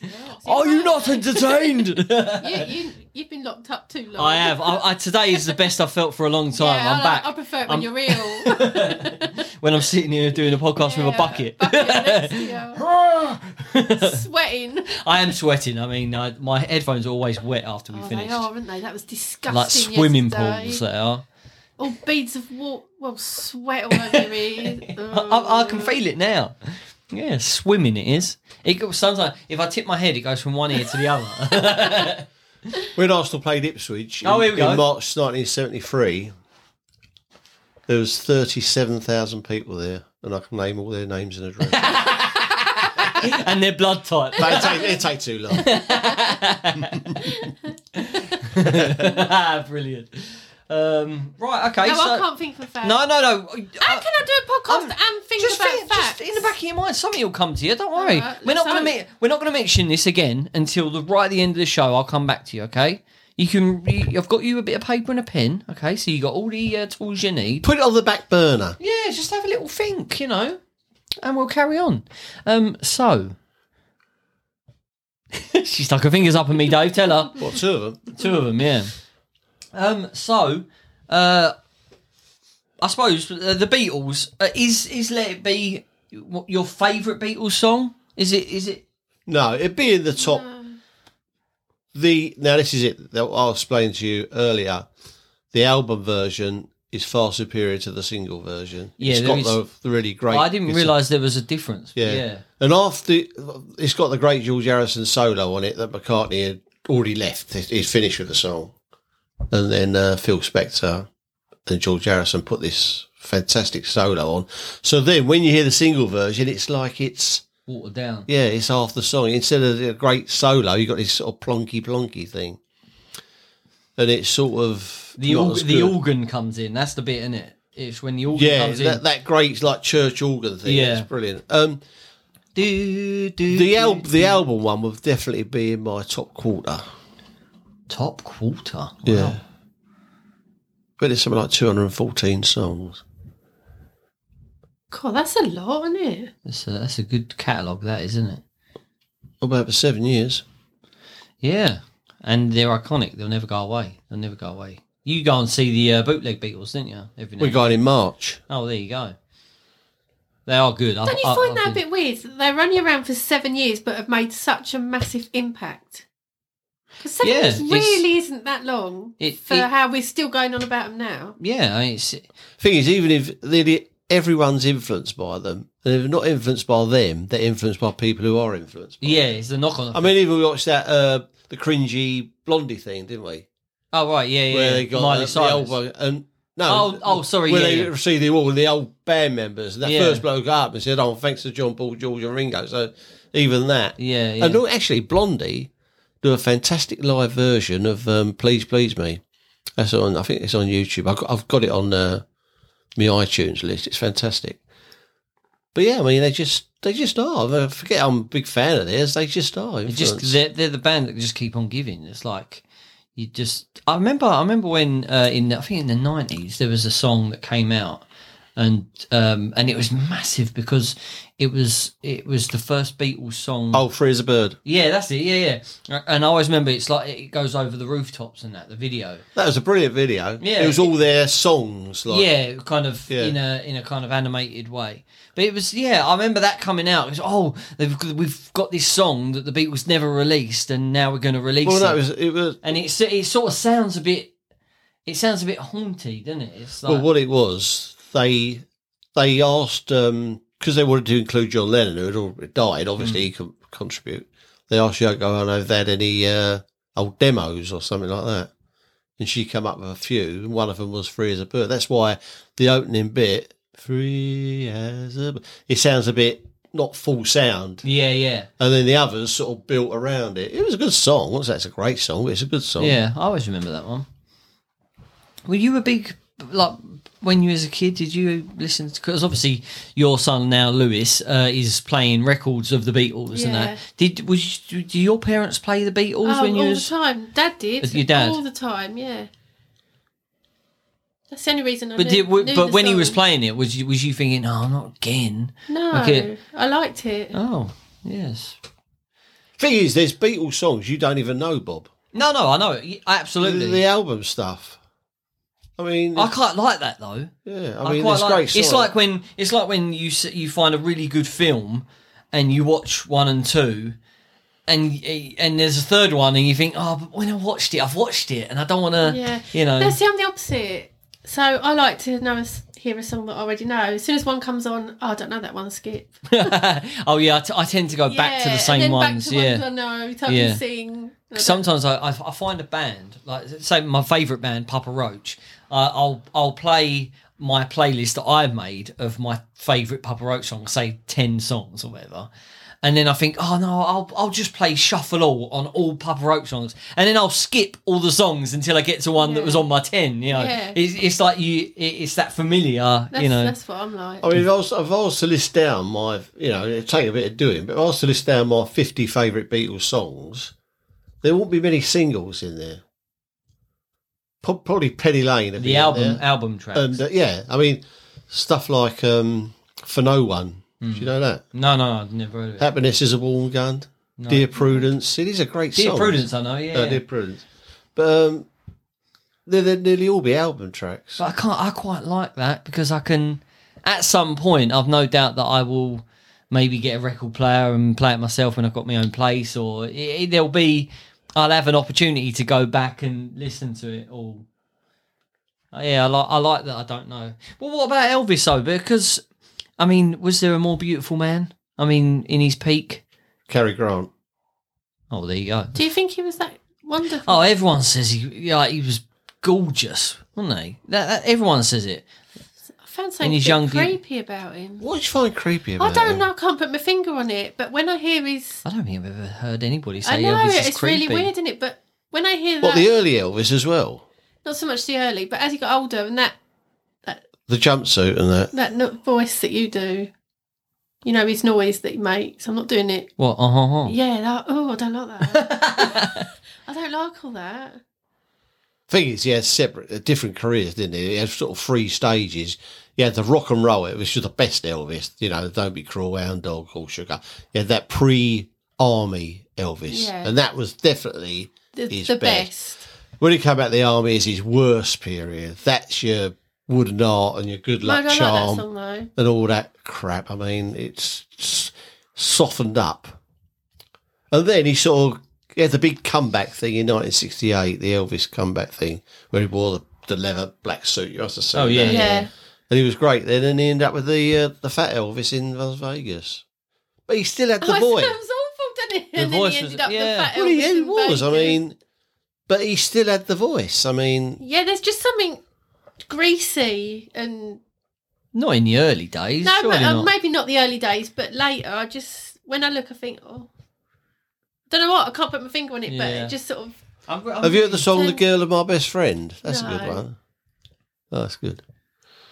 Speaker 2: Are you not entertained?
Speaker 4: You, you, you've been locked up too long.
Speaker 2: I have. I, I, today is the best I've felt for a long
Speaker 4: Yeah,
Speaker 2: time. I'm
Speaker 4: I,
Speaker 2: back.
Speaker 4: I prefer it when
Speaker 2: I'm-
Speaker 4: you're real.
Speaker 2: when I'm sitting here doing a podcast with a
Speaker 4: Yeah,
Speaker 2: bucket.
Speaker 4: bucket next to you. Sweating.
Speaker 2: I am sweating. I mean, I, my headphones are always wet after we
Speaker 4: Oh,
Speaker 2: finish.
Speaker 4: they are, aren't they? That was disgusting.
Speaker 2: Like swimming
Speaker 4: yesterday.
Speaker 2: pools, they are.
Speaker 4: All beads of water. Well, sweat all over your ears.
Speaker 2: I, I, I can feel it now. Yeah, swimming it is. It goes, sometimes if I tip my head, it goes from one ear to the other.
Speaker 3: When Arsenal played Ipswich in,
Speaker 2: Oh, here we go.
Speaker 3: in March 1973, there was 37,000 people there, and I can name all their names and addresses.
Speaker 2: and their blood type.
Speaker 3: they take, it take too long.
Speaker 2: Ah, Brilliant. Um, right, okay.
Speaker 4: No,
Speaker 2: so,
Speaker 4: I can't think of a fact.
Speaker 2: No, no, no.
Speaker 4: How can I do a podcast
Speaker 2: Um,
Speaker 4: and think
Speaker 2: just,
Speaker 4: about
Speaker 2: think-
Speaker 4: facts?
Speaker 2: just in the back of your mind, something will come to you. Don't worry.
Speaker 4: Alright,
Speaker 2: we're not
Speaker 4: so-
Speaker 2: going to we're not going to mention this again until the right at the end of the show. I'll come back to you. Okay. You can. You, I've got you a bit of paper and a pen. Okay, so you got all the uh, tools you need.
Speaker 3: Put it on the back burner.
Speaker 2: Yeah, just have a little think, you know, and we'll carry on. Um, so. she stuck her fingers up at me, Dave. Tell her.
Speaker 3: What, two of them?
Speaker 2: Two of them, yeah. Um, so, uh, I suppose uh, the Beatles uh, is is Let It Be what, your favourite Beatles song? Is it? Is it?
Speaker 3: No, it'd be in the top. The Now, this is it that I explained to you earlier. The album version is far superior to the single version.
Speaker 2: Yeah,
Speaker 3: it's
Speaker 2: there
Speaker 3: got
Speaker 2: is-
Speaker 3: the, the really great.
Speaker 2: I didn't
Speaker 3: guitar-
Speaker 2: realise there was a difference.
Speaker 3: Yeah.
Speaker 2: yeah.
Speaker 3: And after it's got the great George Harrison solo on it that McCartney had already left. He's finished with the song. And then uh, Phil Spector and George Harrison put this fantastic solo on. So then when you hear the single version, it's like it's,
Speaker 2: Watered down.
Speaker 3: yeah, it's half the song. Instead of the great solo, you've got this sort of plonky plonky thing. And it's sort of.
Speaker 2: The
Speaker 3: not
Speaker 2: org-
Speaker 3: as
Speaker 2: the
Speaker 3: good.
Speaker 2: organ comes in. That's the bit, is it? It's when the organ
Speaker 3: Yeah,
Speaker 2: comes
Speaker 3: that,
Speaker 2: in.
Speaker 3: that great like church organ thing.
Speaker 2: Yeah.
Speaker 3: It's brilliant. Um,
Speaker 2: do, do,
Speaker 3: The
Speaker 2: do,
Speaker 3: album,
Speaker 2: do.
Speaker 3: the album one would definitely be in my top quarter.
Speaker 2: top quarter. Wow.
Speaker 3: but it's something like two hundred and fourteen songs.
Speaker 4: God, that's a lot, isn't it?
Speaker 2: that's a, that's a good catalogue. That isn't it?
Speaker 3: About for seven years.
Speaker 2: Yeah, and they're iconic. They'll never go away. They'll never go away. You go and see the uh, bootleg Beatles, didn't you? Every now
Speaker 3: We got it in March.
Speaker 2: Oh, there you go. They are good.
Speaker 4: Don't you find that a bit weird? that They're only around for seven years, but have made such a massive impact. Because seven
Speaker 2: Yeah,
Speaker 4: years
Speaker 2: it's-
Speaker 4: really isn't that long
Speaker 2: It-
Speaker 4: for
Speaker 2: it-
Speaker 4: how we're still going on about them now.
Speaker 2: Yeah, I mean, it's
Speaker 3: Thing is, even if nearly everyone's influenced by them, and if they're not influenced by them, they're influenced by people who are influenced. By
Speaker 2: yeah, it's the knock on.
Speaker 3: them. I mean, even we watched that uh, the cringy Blondie thing, didn't we?
Speaker 2: oh right, yeah, yeah.
Speaker 3: Where they got
Speaker 2: Miley
Speaker 3: uh, the
Speaker 2: Cyrus.
Speaker 3: old one and. No,
Speaker 2: Oh, oh, sorry,
Speaker 3: Where
Speaker 2: yeah,
Speaker 3: they
Speaker 2: yeah.
Speaker 3: received the award, the old band members, and that
Speaker 2: Yeah.
Speaker 3: first bloke got up and said, "Oh, thanks to John Paul, George, and Ringo." So even that,
Speaker 2: Yeah, yeah.
Speaker 3: And no, actually, Blondie do a fantastic live version of um, "Please Please Me." That's on. I think it's on YouTube. I've got, I've got it on uh, my iTunes list. It's fantastic. But yeah, I mean, they just they just are. I forget I'm a big fan of theirs. They just are.
Speaker 2: It just
Speaker 3: influence.
Speaker 2: they're, they're the band that just keep on giving. It's like you just. I remember. I remember when uh, in I think in the nineties there was a song that came out, and um, and it was massive because it was it was the first Beatles song.
Speaker 3: oh, free as a bird.
Speaker 2: Yeah, that's it. Yeah, yeah. And I always remember it's like it goes over the rooftops and that the video.
Speaker 3: That was a brilliant video.
Speaker 2: Yeah.
Speaker 3: it was all their songs. Like,
Speaker 2: yeah, kind of
Speaker 3: Yeah.
Speaker 2: in a in a kind of animated way. But it was yeah, I remember that coming out. It was oh, they've, we've got this song that the Beatles never released, and now we're going to release
Speaker 3: Well,
Speaker 2: it.
Speaker 3: that was it was.
Speaker 2: and it's it sort of sounds a bit, it sounds a bit haunted, doesn't it? It's like
Speaker 3: Well, what it was, they they asked um, because they wanted to include John Lennon, who had already died, obviously
Speaker 2: Mm.
Speaker 3: he could contribute. They asked Yoko Ono if they had any uh, old demos or something like that. And she came up with a few, and one of them was Free as a Bird. That's why the opening bit, Free as a Bird, it sounds a bit not full sound.
Speaker 2: Yeah, yeah,
Speaker 3: And then the others sort of built around it. It was a good song. What's that? It's a great song. It's a good song.
Speaker 2: yeah. I always remember that one. Were you a big like when you was a kid? Did you listen? Because obviously your son now, Lewis, uh, is playing records of the Beatles
Speaker 4: Yeah.
Speaker 2: and that. Did was do your parents play the Beatles
Speaker 4: Oh,
Speaker 2: when you
Speaker 4: all
Speaker 2: was?
Speaker 4: the time. Dad did.
Speaker 2: With your dad?
Speaker 4: All the time, yeah. That's the only reason I
Speaker 2: But
Speaker 4: knew,
Speaker 2: did,
Speaker 4: knew
Speaker 2: w- but
Speaker 4: the
Speaker 2: when he was
Speaker 4: song.
Speaker 2: playing it, was you, was you thinking, "Oh, not again"?
Speaker 4: No,
Speaker 2: Okay.
Speaker 4: I liked it.
Speaker 2: Oh, yes.
Speaker 3: Thing is, there's Beatles songs you don't even know, Bob.
Speaker 2: No, no, I know it. Y-
Speaker 3: The,
Speaker 2: Absolutely.
Speaker 3: the album stuff. I mean,
Speaker 2: I quite like that though.
Speaker 3: yeah.
Speaker 2: I
Speaker 3: I mean,
Speaker 2: quite
Speaker 3: it's
Speaker 2: like.
Speaker 3: great.
Speaker 2: it's
Speaker 3: song.
Speaker 2: like when it's like when you s- you find a really good film, and you watch one and two, and y- and there's a third one, and you think, oh, but when I watched it, I've watched it, and I don't want to,
Speaker 4: Yeah.
Speaker 2: you know,
Speaker 4: No, see, I'm the opposite. So I like to know a s hear a song that I already know. As soon as one comes on, oh, I don't know that one. Skip.
Speaker 2: oh yeah, I, t- I tend to go back
Speaker 4: Yeah,
Speaker 2: to the
Speaker 4: and
Speaker 2: same
Speaker 4: then
Speaker 2: ones,
Speaker 4: Back to
Speaker 2: yeah.
Speaker 4: ones I know. Type
Speaker 2: Yeah.
Speaker 4: of sing. I don't-
Speaker 2: sometimes I, I, I find a band like say my favorite band Papa Roach. Uh, I'll I'll play my playlist that I've made of my favorite Papa Roach songs, say ten songs or whatever. And then I think, oh no, I'll I'll just play shuffle all on all Papa Roach songs, and then I'll skip all the songs until I get to one that
Speaker 4: Yeah.
Speaker 2: was on my ten. You know,
Speaker 4: Yeah.
Speaker 2: it's, it's like you, it, it's that familiar.
Speaker 4: That's,
Speaker 2: you know,
Speaker 4: that's what I'm like.
Speaker 3: I mean, if I, was, if I was to list down my, you know, it'd take a bit of doing, but if I was to list down my 50 favourite Beatles songs, there won't be many singles in there. Pro- Probably Penny Lane. would be
Speaker 2: the
Speaker 3: in
Speaker 2: album
Speaker 3: there.
Speaker 2: album tracks.
Speaker 3: And uh, yeah, I mean, stuff like um, For No One. Do
Speaker 2: Hmm.
Speaker 3: you know that?
Speaker 2: no, no, I've never heard of it.
Speaker 3: Happiness is a Warm Gun. Dear Prudence. It is a great
Speaker 2: Dear
Speaker 3: song.
Speaker 2: Prudence, I know, yeah.
Speaker 3: Uh,
Speaker 2: yeah.
Speaker 3: Dear Prudence. But um, they they'd nearly all be album tracks.
Speaker 2: But I can't. I quite like that because I can. At some point, I've no doubt that I will maybe get a record player and play it myself when I've got my own place, or it, it- there'll be. I'll have an opportunity to go back and listen to it all. Uh, Yeah, I like. I like that. I don't know. Well, what about Elvis though? Because I mean, was there a more beautiful man? I mean, in his peak.
Speaker 3: Cary Grant.
Speaker 2: Oh, there you go.
Speaker 4: Do you think he was that wonderful?
Speaker 2: Oh, everyone says he. Yeah, he was gorgeous, wasn't he? That, that everyone says it.
Speaker 4: I found something
Speaker 2: in his
Speaker 4: a bit
Speaker 2: young-
Speaker 4: creepy about him.
Speaker 3: What did you find creepy about
Speaker 4: I don't
Speaker 3: it?
Speaker 4: know. I can't put my finger on it. But when I hear his,
Speaker 2: I don't think I've ever heard anybody say
Speaker 4: I know
Speaker 2: Elvis is
Speaker 4: it's
Speaker 2: creepy.
Speaker 4: really weird, isn't it? But when I hear
Speaker 3: What
Speaker 4: that,
Speaker 3: the early Elvis as well?
Speaker 4: not so much the early, but as he got older, and that
Speaker 3: The jumpsuit and that.
Speaker 4: that no- voice that you do, you know, his noise that he makes. I'm not doing it.
Speaker 2: What? Uh huh.
Speaker 4: Yeah, that, oh, I don't like that. I don't like all that.
Speaker 3: Thing is, he had separate, uh, different careers, didn't he? He had sort of three stages. He had the rock and roll, which was the best Elvis, you know, Don't Be Cruel, Hound Dog, All Sugar. He had that pre army Elvis.
Speaker 4: Yeah.
Speaker 3: And that was definitely
Speaker 4: The,
Speaker 3: his
Speaker 4: the
Speaker 3: best.
Speaker 4: best.
Speaker 3: When he came out of the army, is his worst period. That's your wooden art and your good
Speaker 4: No, I
Speaker 3: luck
Speaker 4: don't like that
Speaker 3: charm
Speaker 4: song though.
Speaker 3: and all that crap. I mean, it's s- softened up. And then he sort of he had the big comeback thing in 1968, the Elvis comeback thing, where he wore the, the leather black suit. You have to say,
Speaker 2: Oh, yeah.
Speaker 3: that.
Speaker 4: Yeah.
Speaker 3: and he was great then, and he ended up with the uh, the fat Elvis in Las Vegas. But he still had the
Speaker 4: Oh, it
Speaker 3: voice.
Speaker 4: sounds awful, doesn't it?
Speaker 2: The
Speaker 4: and then
Speaker 2: voice
Speaker 4: he
Speaker 2: was-
Speaker 4: ended up
Speaker 2: yeah.
Speaker 4: the fat
Speaker 3: Well, he
Speaker 4: Elvis
Speaker 3: he
Speaker 4: in
Speaker 3: was. I
Speaker 4: Vegas.
Speaker 3: mean, but he still had the voice. I mean,
Speaker 4: yeah, there's just something greasy and
Speaker 2: Not in the early days.
Speaker 4: no,
Speaker 2: surely
Speaker 4: but, um,
Speaker 2: not.
Speaker 4: maybe not the early days, but later. I just when I look, I think, oh, don't know what. I can't put my finger on it, but
Speaker 2: Yeah.
Speaker 4: it just sort of
Speaker 2: I'm- I'm-
Speaker 3: have you heard the song "The
Speaker 4: Then-
Speaker 3: Girl of My Best Friend"? That's a good
Speaker 4: No.
Speaker 3: one. Oh, that's good.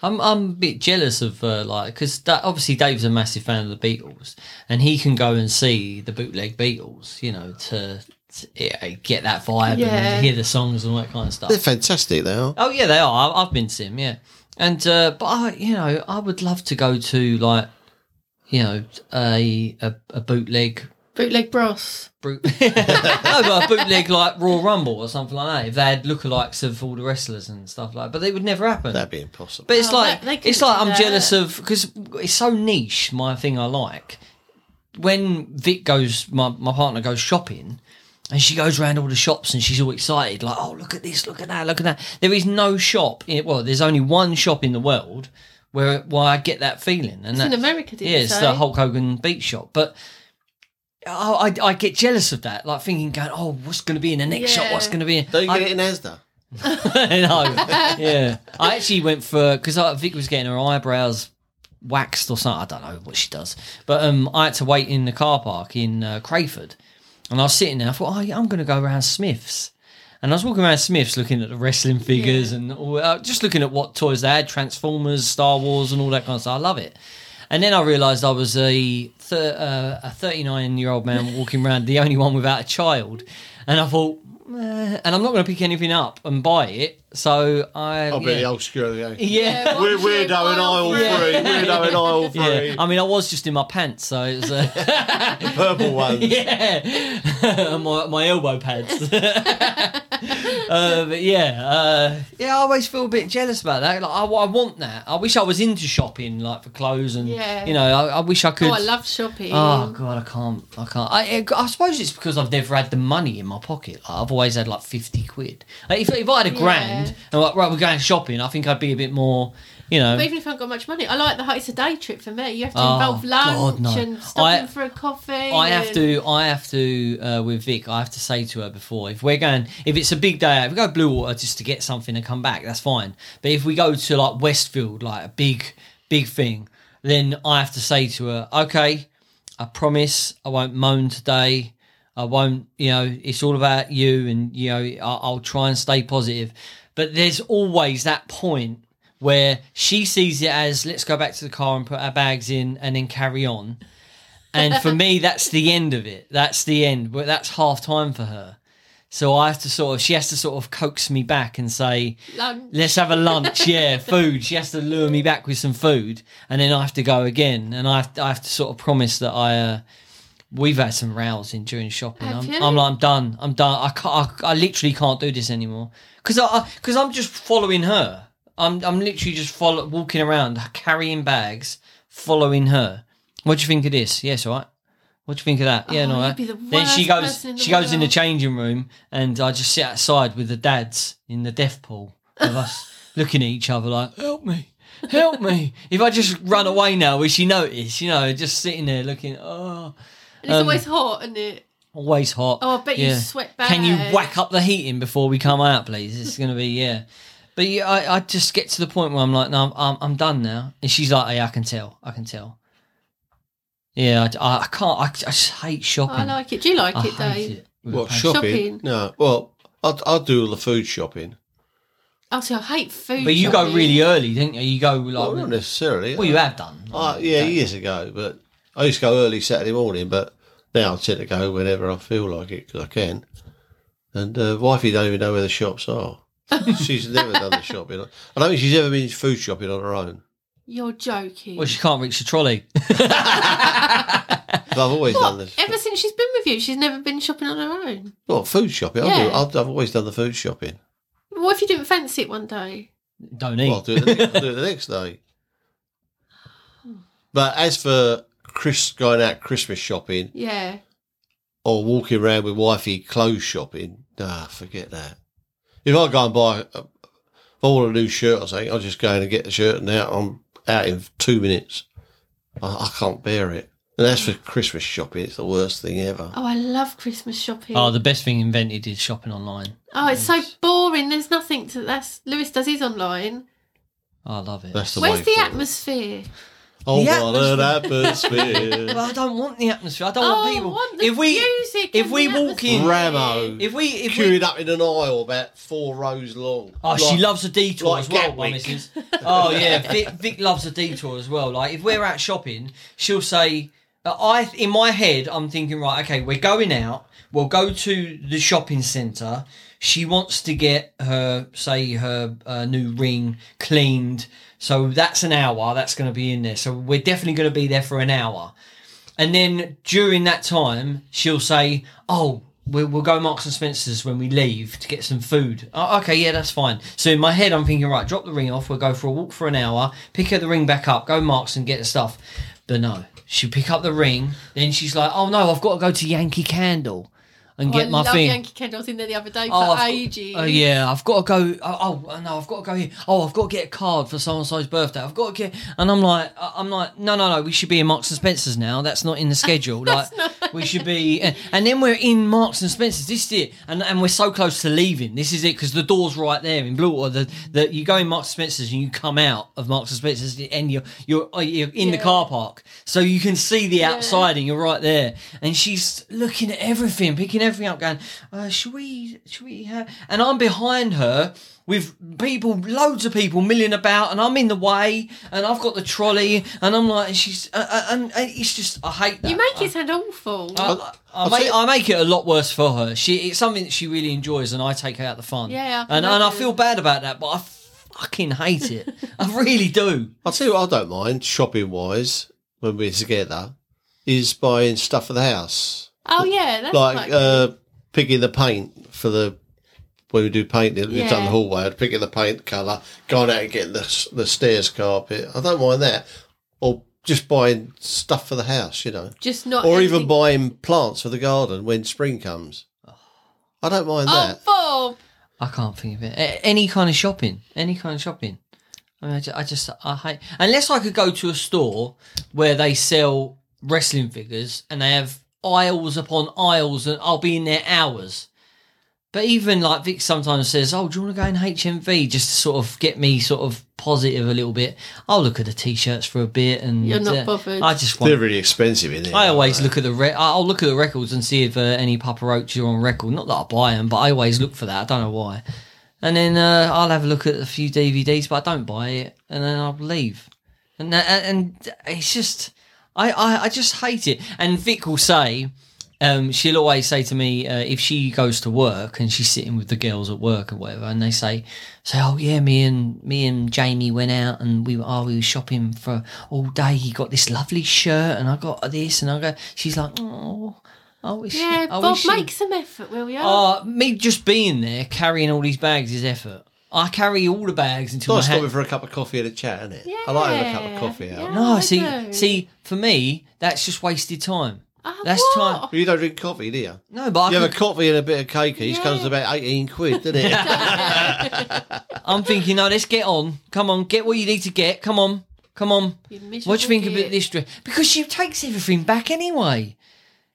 Speaker 2: I'm I'm a bit jealous of uh, like because obviously Dave's a massive fan of the Beatles and he can go and see the bootleg Beatles, you know, to, to yeah, get that vibe
Speaker 4: Yeah.
Speaker 2: and hear the songs and all that kind of stuff.
Speaker 3: They're fantastic. They are.
Speaker 2: Oh yeah, they are. I- I've been to him, yeah. And uh, but I, you know, I would love to go to like, you know, a a, a bootleg
Speaker 4: bootleg brass.
Speaker 2: Brute. no, but a bootleg like Raw Rumble or something like that. If they had lookalikes of all the wrestlers and stuff like, but they would never happen.
Speaker 3: That'd be impossible.
Speaker 2: but it's
Speaker 4: Oh,
Speaker 2: like
Speaker 4: that- they couldn't
Speaker 2: it's like
Speaker 4: do
Speaker 2: I'm
Speaker 4: that.
Speaker 2: jealous of because it's so niche. My thing I like when Vic goes, my my partner goes shopping. And she goes round all the shops and she's all excited, eh, like, oh, look at this, look at that, look at that. There is no shop, in, well, there's only one shop in the world where why I get that feeling. And
Speaker 4: It's
Speaker 2: that,
Speaker 4: in America, didn't
Speaker 2: yeah,
Speaker 4: you
Speaker 2: it's
Speaker 4: say?
Speaker 2: the Hulk Hogan beat shot. But I, I, I get jealous of that, like thinking, going, oh, what's going to be in the next shot?
Speaker 4: Yeah.
Speaker 2: What's going to be in?
Speaker 3: Don't you
Speaker 2: I-
Speaker 3: get it in Asda?
Speaker 2: no, yeah. I actually went for because Vic was getting her eyebrows waxed or something. I don't know what she does, but um, I had to wait in the car park in uh, Crayford, and I was sitting there. I thought, oh, yeah, I'm going to go around Smiths. And I was walking around Smiths looking at the wrestling figures and all, uh, just looking at what toys they had Transformers, Star Wars, and all that kind of stuff. I love it. And then I realised I was a thir- uh, a 39 year old man walking around, the only one without a child. And I thought, "Eh," and I'm not going to pick anything up and buy it. So I.
Speaker 3: I'll be Oh, the
Speaker 2: yeah.
Speaker 3: old screw. Yeah.
Speaker 2: yeah.
Speaker 4: Yeah, what
Speaker 3: We're
Speaker 4: was it?
Speaker 3: weirdo in aisle three. Weirdo in aisle three.
Speaker 2: Yeah. I mean, I was just in my pants, so it was. Uh,
Speaker 3: Purple ones.
Speaker 2: yeah, my, my elbow pads. uh, but yeah, uh, yeah, I always feel a bit jealous about that. Like, I, I want that. I wish I was into shopping, like for clothes and
Speaker 4: Yeah.
Speaker 2: you know, I, I wish I could.
Speaker 4: Oh, I love shopping.
Speaker 2: Oh, god, I can't, I can't. I, I suppose it's because I've never had the money in my pocket. Like, I've always had like fifty quid. Like, if, if I had a
Speaker 4: Yeah.
Speaker 2: grand and like, right, we're going shopping, I think I'd be a bit more, you know.
Speaker 4: But even if I haven't got much money, I like the it's a day trip for me. You have to
Speaker 2: Oh,
Speaker 4: involve lunch
Speaker 2: God, no.
Speaker 4: and stopping
Speaker 2: I-
Speaker 4: for a coffee.
Speaker 2: I have
Speaker 4: and-
Speaker 2: to, I have to, uh, with Vic, I have to say to her before if we're going, if it's a big day out, if we go Blue Water just to get something and come back, that's fine. But if we go to like Westfield, like a big, big thing, then I have to say to her, okay, I promise I won't moan today. I won't, you know, it's all about you and, you know, I'll, I'll try and stay positive. But there's always that point where she sees it as let's go back to the car and put our bags in and then carry on. And for me, that's the end of it. That's the end. But that's half time for her. So I have to sort of, she has to sort of coax me back and say,
Speaker 4: lunch.
Speaker 2: let's have a lunch. Yeah, food. She has to lure me back with some food, and then I have to go again. And I have to, I have to sort of promise that I. Uh, we've had some rows in during shopping.
Speaker 4: Have
Speaker 2: I'm,
Speaker 4: you?
Speaker 2: I'm like, I'm done. I'm done. I can't. I, I literally can't do this anymore because I because I'm just following her. I'm I'm literally just follow, walking around carrying bags, following her. What do you think of this? Yes, all right. What do you think of that?
Speaker 4: Oh,
Speaker 2: Yeah, no.
Speaker 4: you'd
Speaker 2: all right.
Speaker 4: be the
Speaker 2: then she
Speaker 4: worst
Speaker 2: goes.
Speaker 4: person in the
Speaker 2: she goes in the
Speaker 4: world.
Speaker 2: changing room, and I just sit outside with the dads in the death pool of us looking at each other like, "Help me, help me!" If I just run away now, will she notice? You know, just sitting there looking. Oh,
Speaker 4: And it's
Speaker 2: um,
Speaker 4: always hot, isn't it?
Speaker 2: always hot.
Speaker 4: Oh, I bet you
Speaker 2: Yeah.
Speaker 4: sweat bad.
Speaker 2: Can you whack up the heating before we come out, please? It's going to be yeah. But yeah, I, I just get to the point where I'm like, no, I'm, I'm, I'm done now. And she's like, yeah, I can tell, I can tell. Yeah, I, I- I can't. I, I just hate shopping.
Speaker 4: I like it. Do you like
Speaker 2: I
Speaker 4: it, Dave?
Speaker 2: hate Ah, it. with a
Speaker 3: What
Speaker 2: passion.
Speaker 3: shopping?
Speaker 4: Shopping.
Speaker 3: No. Well, I'll, I'll do all the food shopping.
Speaker 4: Oh, see, I hate food.
Speaker 2: But you go
Speaker 4: shopping.
Speaker 2: really early, don't you? You go
Speaker 3: Well,
Speaker 2: like,
Speaker 3: not necessarily.
Speaker 2: well, you have done.
Speaker 3: Uh, yeah, years ago, but I used to go early Saturday morning, but now I tend to go whenever I feel like it because I can. And uh, wifey don't even know where the shops are. she's never done the shopping. I don't think she's ever been food shopping on her own.
Speaker 4: You're joking.
Speaker 2: Well, she can't reach the trolley.
Speaker 3: But I've always done
Speaker 4: what?
Speaker 3: this.
Speaker 4: Ever since she's been with you, she's never been shopping on her own.
Speaker 3: Well, food shopping. I'll do,
Speaker 4: Yeah.
Speaker 3: I'll, I've always done the food shopping.
Speaker 4: What if you didn't fancy it one day?
Speaker 2: Don't eat.
Speaker 3: Well, I'll do it the, next, I'll do it the next day. But as for Chris going out Christmas shopping
Speaker 4: Yeah.
Speaker 3: or walking around with wifey clothes shopping, nah, forget that. If I go and buy, a- if I want a new shirt or something, I'll just go in and get the shirt and out. I'm out in two minutes. I, I can't bear it. And as for Christmas shopping, it's the worst thing ever.
Speaker 4: Oh, I love Christmas shopping.
Speaker 2: oh,
Speaker 4: Oh,
Speaker 2: the best thing invented is shopping online.
Speaker 4: it's so boring. There's nothing to. That's Lewis does his online.
Speaker 2: I love it.
Speaker 3: That's the way
Speaker 4: Where's the
Speaker 3: forward.
Speaker 4: atmosphere?
Speaker 3: Oh,
Speaker 2: The
Speaker 3: what an atmosphere.
Speaker 2: Well, I don't want the atmosphere. I don't
Speaker 4: Oh,
Speaker 2: want people.
Speaker 4: I want the
Speaker 2: if we
Speaker 4: music
Speaker 2: if
Speaker 4: and
Speaker 2: we
Speaker 4: the
Speaker 2: walk in,
Speaker 4: atmosphere.
Speaker 3: Ramo.
Speaker 2: if we if
Speaker 3: queuing
Speaker 2: we,
Speaker 3: up in an aisle about four rows long.
Speaker 2: oh, she
Speaker 3: Like-
Speaker 2: loves a detour
Speaker 3: like
Speaker 2: as well, my
Speaker 3: Gatwick.
Speaker 2: missus. Oh yeah, Vic, Vic loves a detour as well. Like if we're out shopping, she'll say, uh, "I." In my head, I'm thinking, right, okay, we're going out. We'll go to the shopping centre. She wants to get her, say, her uh, new ring cleaned. So that's an hour. That's going to be in there. So we're definitely going to be there for an hour. And then during that time, she'll say, "Oh, we'll, we'll go Marks and Spencers when we leave to get some food." Oh, okay, yeah, that's fine. So in my head, I'm thinking, right, drop the ring off. We'll go for a walk for an hour, pick up the ring back up, go Marks and get the stuff. But no, she pick up the ring. Then she's like, "Oh no, I've got to go to Yankee Candle." and
Speaker 4: Oh,
Speaker 2: get
Speaker 4: I
Speaker 2: my
Speaker 4: love
Speaker 2: thing.
Speaker 4: Yankee Candle. I was in there the other day for
Speaker 2: I've-
Speaker 4: ages.
Speaker 2: Oh yeah, I've got to go. Oh, oh no, I've got to go here. Oh, I've got to get a card for someone so's birthday. I've got to get, and I'm like, I- I'm like, no, no, no. We should be in Marks and Spencers now. That's not in the schedule. like, we should be, and, and then we're in Marks and Spencers. This is it, and and we're so close to leaving. This is it because the door's right there in Bluewater. The, the you go in Marks and Spencers and you come out of Marks and Spencers and you're you're, oh, you're in the
Speaker 4: Yeah.
Speaker 2: car park, so you can see the outside and you're right there. And she's looking at everything, picking everything up, going, uh, "Should we? Should we?" Have? And I'm behind her with people, loads of people milling about, and I'm in the way, and I've got the trolley, and I'm like, and she's, uh, uh, and, and it's just, I hate that.
Speaker 4: You make it sound awful.
Speaker 2: I, I, I,
Speaker 3: I'll
Speaker 2: make,
Speaker 3: tell you-
Speaker 2: I make it a lot worse for her. She, it's something that she really enjoys, and I take her out the fun.
Speaker 4: Yeah, I can
Speaker 2: and and I
Speaker 4: imagine.
Speaker 2: feel bad about that, but I fucking hate it. I really do.
Speaker 3: I'll tell you what I don't mind shopping wise when we're together is buying stuff for the house.
Speaker 4: oh yeah, that's
Speaker 3: Like
Speaker 4: quite-
Speaker 3: uh, picking the paint for the when we do painting, we've done
Speaker 4: Yeah.
Speaker 3: the hallway, I'd picking the paint colour, going out and getting the, s- the stairs carpet. I don't mind that. Or just buying stuff for the house, you know.
Speaker 4: just not.
Speaker 3: Or
Speaker 4: anything-
Speaker 3: even buying plants for the garden when spring comes. I don't mind
Speaker 4: Oh,
Speaker 3: that.
Speaker 4: Bob.
Speaker 2: I can't think of it. A- Any kind of shopping. Any kind of shopping. I mean, I just, I, just, I hate. Unless I could go to a store where they sell wrestling figures and they have aisles upon aisles, and I'll be in there hours. But even like Vic sometimes says, "Oh, do you want to go in HMV just to sort of get me sort of positive a little bit?" I'll look at the t-shirts for a bit, and
Speaker 4: You're not
Speaker 2: uh,
Speaker 4: bothered.
Speaker 2: I just want
Speaker 3: They're really expensive in there.
Speaker 2: I always look at the re- I'll look at the records and see if uh, any Papa Roach are on record. Not that I buy them, but I always look for that. I don't know why. And then uh, I'll have a look at a few DVDs, but I don't buy it, and then I'll leave. And that- and and it's just I, I I just hate it. And Vic will say. Um, she'll always say to me uh, if she goes to work and she's sitting with the girls at work or whatever, and they say, "Say, oh yeah, me and me and Jamie went out and we were- oh, we were shopping for all day. He got this lovely shirt and I got this and I go." She's like, "Oh, I wish,
Speaker 4: Yeah,
Speaker 2: I
Speaker 4: Bob,
Speaker 2: wish you-
Speaker 4: make some effort, will you?
Speaker 2: Uh, me just being there carrying all these bags is effort. I carry all the bags until
Speaker 3: Nice
Speaker 2: my hand-
Speaker 3: stopping for a cup of coffee and a chat, isn't it? I like having a cup of
Speaker 4: Yeah,
Speaker 3: coffee out.
Speaker 4: yeah.
Speaker 2: No,
Speaker 4: I
Speaker 2: see,
Speaker 4: do.
Speaker 2: see, for me, that's just wasted time.
Speaker 4: Oh,
Speaker 2: that's
Speaker 4: what?
Speaker 2: time.
Speaker 3: You don't drink coffee, do you?
Speaker 2: No, but I
Speaker 3: You
Speaker 2: could-
Speaker 3: have a coffee and a bit of cake each
Speaker 4: Yeah.
Speaker 3: comes to about 18 quid, doesn't it?
Speaker 2: I'm thinking, no, let's get on. Come on, get what you need to get. Come on, come on.
Speaker 4: You
Speaker 2: What do you think
Speaker 4: miserable
Speaker 2: about this dress? Because she takes everything back anyway.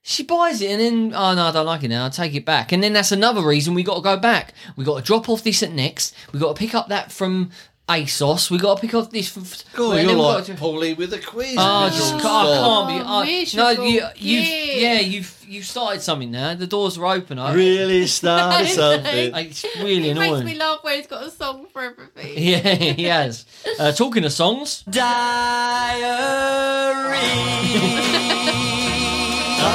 Speaker 2: She buys it and then, oh no, I don't like it now. I'll take it back. And then that's another reason we got to go back. We got to drop off this at next. We got to pick up that from ASOS. We got to pick up this from.
Speaker 3: God,
Speaker 2: and then
Speaker 3: you're
Speaker 2: we got
Speaker 3: like
Speaker 2: to-
Speaker 3: Paulie with a quiz.
Speaker 2: Oh, I
Speaker 3: miserable
Speaker 2: just can't, I
Speaker 3: sod.
Speaker 2: can't be. I, no,
Speaker 4: Miserable
Speaker 2: you, you've,
Speaker 4: git.
Speaker 2: yeah, you've, you've started something now. The doors are open. I,
Speaker 3: Really started something.
Speaker 2: It's really
Speaker 4: It makes
Speaker 2: annoying.
Speaker 4: me laugh when he's got a song for everything.
Speaker 2: Yeah, he has. Uh, talking of songs.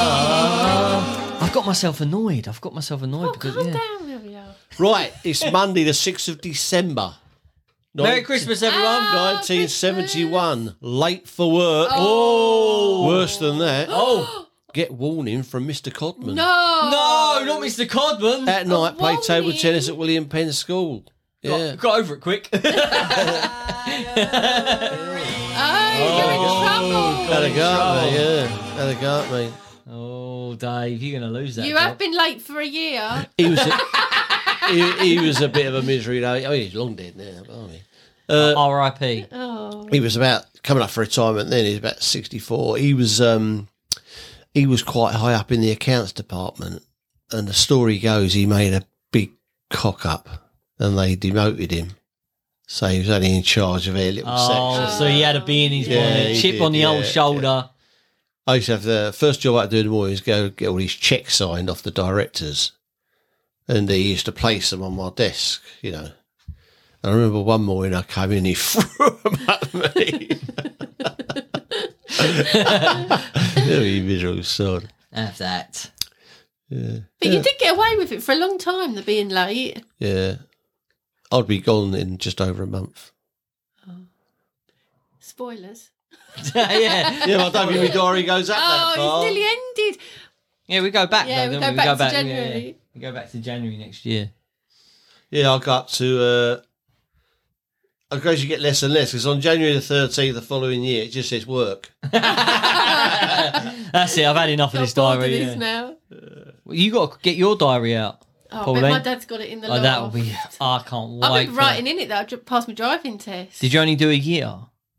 Speaker 2: Diary. I've got myself annoyed. I've got myself annoyed
Speaker 4: Oh,
Speaker 2: because
Speaker 4: calm
Speaker 2: yeah.
Speaker 4: down, will you?
Speaker 3: Right, it's Monday the 6th of December.
Speaker 2: Merry
Speaker 3: Nin-
Speaker 2: Christmas, everyone.
Speaker 4: Ah.
Speaker 3: 1971. Late for work.
Speaker 4: Oh.
Speaker 3: Worse than that.
Speaker 2: Oh
Speaker 3: Get warning from Mr. Codman.
Speaker 4: No.
Speaker 2: no, not Mr. Codman.
Speaker 3: At night, play
Speaker 4: warning.
Speaker 3: table tennis at William Penn School. Yeah.
Speaker 2: Got, got over it quick.
Speaker 4: Oh, you're in trouble.
Speaker 3: Had a go at me, yeah. Had a go at me.
Speaker 2: oh, Dave, you're gonna lose that.
Speaker 4: You
Speaker 2: job.
Speaker 4: have been late for a year.
Speaker 3: He was a, he, he was a bit of a misery though. Oh, he's long dead now, blimey. Uh,
Speaker 2: R.I.P.
Speaker 4: Oh.
Speaker 3: he was about coming up for retirement then he's about 64 he was um he was quite high up in the accounts department and the story goes he made a big cock up and they demoted him so he was only in charge of a little
Speaker 2: Oh,
Speaker 3: section
Speaker 2: so he had a bee in his
Speaker 3: Yeah,
Speaker 2: bonnet,
Speaker 3: he
Speaker 2: chip
Speaker 3: did,
Speaker 2: on the old
Speaker 3: yeah,
Speaker 2: shoulder.
Speaker 3: i used to have the first job i do in the morning is go get all these checks signed off the directors and they used to place them on my desk you know and I remember one morning I came in, he threw them at me. Oh, you miserable sod.
Speaker 2: Have that.
Speaker 4: But you did get away with it for a long time, the being late.
Speaker 3: Yeah. I'd be gone in just over a month.
Speaker 4: Spoilers.
Speaker 2: yeah.
Speaker 3: Yeah, but I don't think my E diary goes up
Speaker 4: Oh, it's nearly ended.
Speaker 2: Yeah, we go back
Speaker 4: Yeah,
Speaker 2: though,
Speaker 4: we
Speaker 2: don't
Speaker 4: go back
Speaker 2: Ah, we? we go
Speaker 4: to
Speaker 2: back
Speaker 4: January.
Speaker 2: Yeah, yeah. We go back to January next year.
Speaker 3: Yeah, I go up to. Uh, I suppose you get less and less because on January the 13th the following year, it just says work.
Speaker 2: That's it. I've had enough of
Speaker 4: Got
Speaker 2: this
Speaker 4: bored of
Speaker 2: diary.
Speaker 4: this
Speaker 2: yeah.
Speaker 4: now.
Speaker 2: Well, you got to get your diary out.
Speaker 4: Oh, I
Speaker 2: Pauline.
Speaker 4: bet my dad's got it in the
Speaker 2: oh, that will
Speaker 4: loft.
Speaker 2: be. I can't wait.
Speaker 4: I remember
Speaker 2: for that.
Speaker 4: writing in it that I dr- passed my driving test.
Speaker 2: Did you only do a year?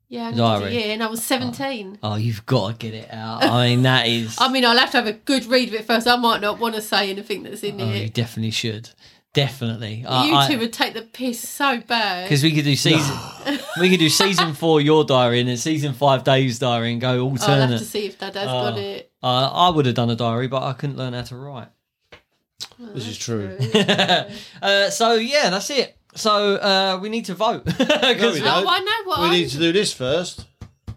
Speaker 4: Yeah, I
Speaker 2: Diary.
Speaker 4: did a year, and I was 17.
Speaker 2: Oh, you've got to get it out. I mean, that is.
Speaker 4: I mean, I'll have to have a good read of it first. I might not want to say anything that's in
Speaker 2: oh, you
Speaker 4: it.
Speaker 2: definitely should. Definitely.
Speaker 4: you two would take the piss so bad.
Speaker 2: Because we could do season, we could do season four your diary and then season five Dave's diary and go
Speaker 4: I'll have
Speaker 2: alternate.
Speaker 4: to see if Dad has
Speaker 2: Oh.
Speaker 4: got it.
Speaker 2: uh, I would have done a diary, but I couldn't learn how to write.
Speaker 3: This is true.
Speaker 2: Uh, so yeah, that's it. So uh, we need to vote. 'Cause-
Speaker 3: we go.
Speaker 4: Oh, I know what
Speaker 3: We
Speaker 4: I-
Speaker 3: need to do this first.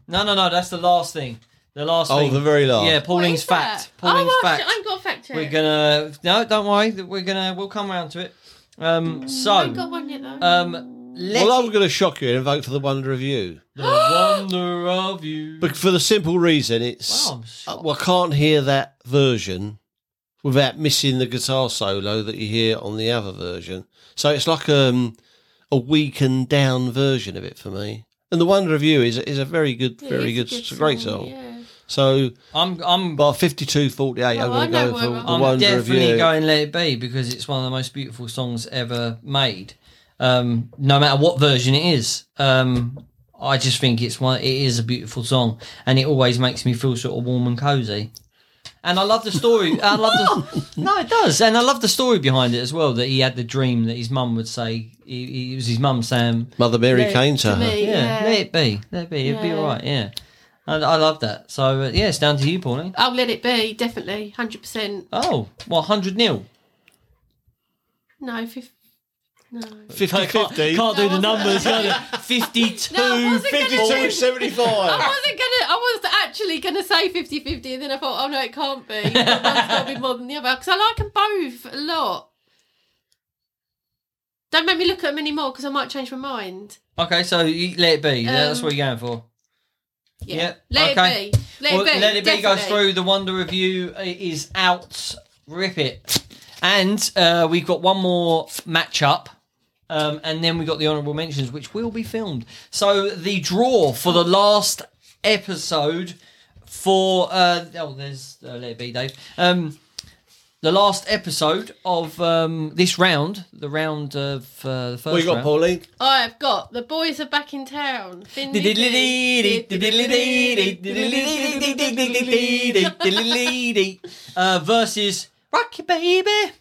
Speaker 2: no, no, no. That's the last thing. The last.
Speaker 3: Oh,
Speaker 2: thing.
Speaker 3: the very last.
Speaker 2: Yeah,
Speaker 4: what
Speaker 2: Pauline's
Speaker 4: is that?
Speaker 2: fact. Pauline's
Speaker 4: oh, well,
Speaker 2: fact.
Speaker 4: I ain't got a fact check.
Speaker 2: We're gonna. No, don't worry. We're gonna. We'll come round to it. Um.
Speaker 4: Mm, I ain't
Speaker 2: So.
Speaker 4: got one yet, though.
Speaker 3: Uh,
Speaker 2: Um. Let's.
Speaker 3: Well, I'm going to shock you and vote for the wonder of you,
Speaker 2: the wonder of you.
Speaker 3: but for the simple reason it's
Speaker 2: Wow, I'm
Speaker 3: Uh,
Speaker 2: shocked.
Speaker 3: well, I can't hear that version without missing the guitar solo that you hear on the other version. So it's like um, a weakened down version of it for me. And the wonder of you is is a very good,
Speaker 4: Yeah,
Speaker 3: very
Speaker 4: it's a
Speaker 3: good, it's a great song. So
Speaker 2: I'm. I'm.
Speaker 3: by fifty two forty eight,
Speaker 4: Oh, I
Speaker 3: I'm going
Speaker 4: know
Speaker 3: to go
Speaker 4: where
Speaker 3: for
Speaker 4: we're
Speaker 3: the
Speaker 4: on.
Speaker 2: I'm
Speaker 3: wonder of
Speaker 2: definitely
Speaker 3: you.
Speaker 2: going Let It Be because it's one of the most beautiful songs ever made. Um, no matter what version it is, um, I just think it's one. It is a beautiful song, and it always makes me feel sort of warm and cozy. And I love the story. I love the no, it does, and I love the story behind it as well. That he had the dream that his mum would say he, it was his mum saying,
Speaker 3: Mother Mary came to her.
Speaker 4: Me,
Speaker 2: "Yeah,
Speaker 4: yeah.
Speaker 2: let it be, let it be, it'll be all right." Yeah, I, I love that. So uh, yeah, it's down to you, Pauline.
Speaker 4: I'll let it be, definitely. 100%.
Speaker 2: Oh, well, hundred nil.
Speaker 4: No, 50. No.
Speaker 3: 50 50.
Speaker 2: Can't do the
Speaker 4: No, I
Speaker 2: numbers,
Speaker 4: wasn't-
Speaker 2: can I? 52.
Speaker 4: No, I wasn't gonna
Speaker 3: 52
Speaker 4: do-
Speaker 3: 75.
Speaker 4: I wasn't gonna. I was actually gonna say 50-50 and then I thought, oh no, it can't be. One's got to be more than the other because I like them both a lot. Don't make me look at them anymore because I might change my mind.
Speaker 2: Okay, so you, let it be. That- That's
Speaker 4: Um,
Speaker 2: what you're going for.
Speaker 4: Yeah,
Speaker 2: Yeah,
Speaker 4: let
Speaker 2: okay.
Speaker 4: it be. Let
Speaker 2: Well,
Speaker 4: it be.
Speaker 2: let it be goes
Speaker 4: definitely.
Speaker 2: through. The wonder of you is out. Rip it. And uh, we've got one more match up. Um, and then we got the honourable mentions, which will be filmed. So the draw for the last episode for uh, oh, there's uh, let it be, Dave. Um, the last episode of um, this round, the round of uh, the first.
Speaker 3: What you got,
Speaker 2: round.
Speaker 3: Pauline?
Speaker 4: I've got the boys are back in town. Thin Lizzy.
Speaker 2: uh, versus Rocky Baby.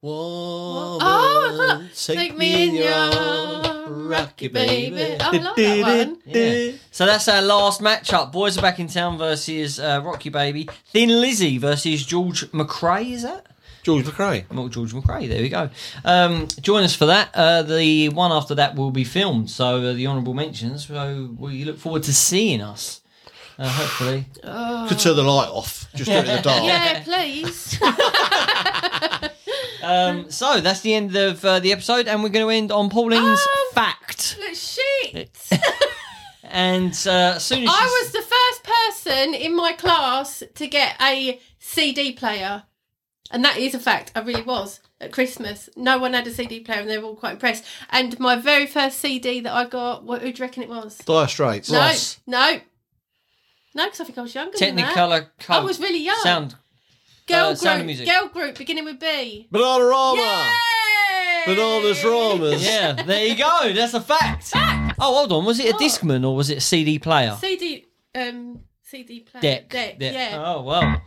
Speaker 3: Woman,
Speaker 4: Oh, Take me in your arms,
Speaker 3: rocky baby.
Speaker 4: I love that one.
Speaker 2: Yeah. So that's our last matchup. Boys are back in town versus uh, Rocky Baby. Thin Lizzy versus George McRae. Is that?
Speaker 3: George McRae.
Speaker 2: Well, George McRae. There we go. Um, join us for that. Uh, the one after that will be filmed. So uh, the honourable mentions. So we look forward to seeing us. Uh, hopefully.
Speaker 3: Could turn the light off. Just do it in the dark.
Speaker 4: Yeah, please.
Speaker 2: Um, so that's the end of uh, the episode, and we're going to end on Pauline's
Speaker 4: Oh.
Speaker 2: fact.
Speaker 4: Look, shit.
Speaker 2: And uh, as soon as
Speaker 4: I was
Speaker 2: she's-
Speaker 4: the first person in my class to get a CD player. And that is a fact. I really was. At Christmas, no one had a CD player and they were all quite impressed. And my very first CD that I got, what, who do you reckon it was?
Speaker 3: Dire Straits.
Speaker 4: No,
Speaker 2: Ross.
Speaker 4: no. No, because I think I was younger than that.
Speaker 2: Technicolor,
Speaker 4: I
Speaker 2: Coke,
Speaker 4: was really young.
Speaker 2: sound.
Speaker 4: girl
Speaker 2: uh,
Speaker 4: group,
Speaker 2: Sound of Music.
Speaker 4: girl group beginning with B.
Speaker 3: Banana Rama.
Speaker 4: Yay!
Speaker 3: Bananas Ramas.
Speaker 2: Yeah, there you go. That's a fact. Oh, hold on. Was it a
Speaker 4: What?
Speaker 2: Discman or was it a CD player?
Speaker 4: CD, um, CD player.
Speaker 2: Deck.
Speaker 4: Deck.
Speaker 2: Deck.
Speaker 4: Yeah.
Speaker 2: Oh well.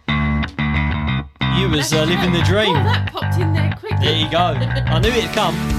Speaker 2: You was uh, living the dream.
Speaker 4: Oh, that popped in there quickly.
Speaker 2: There you go. I knew it'd come.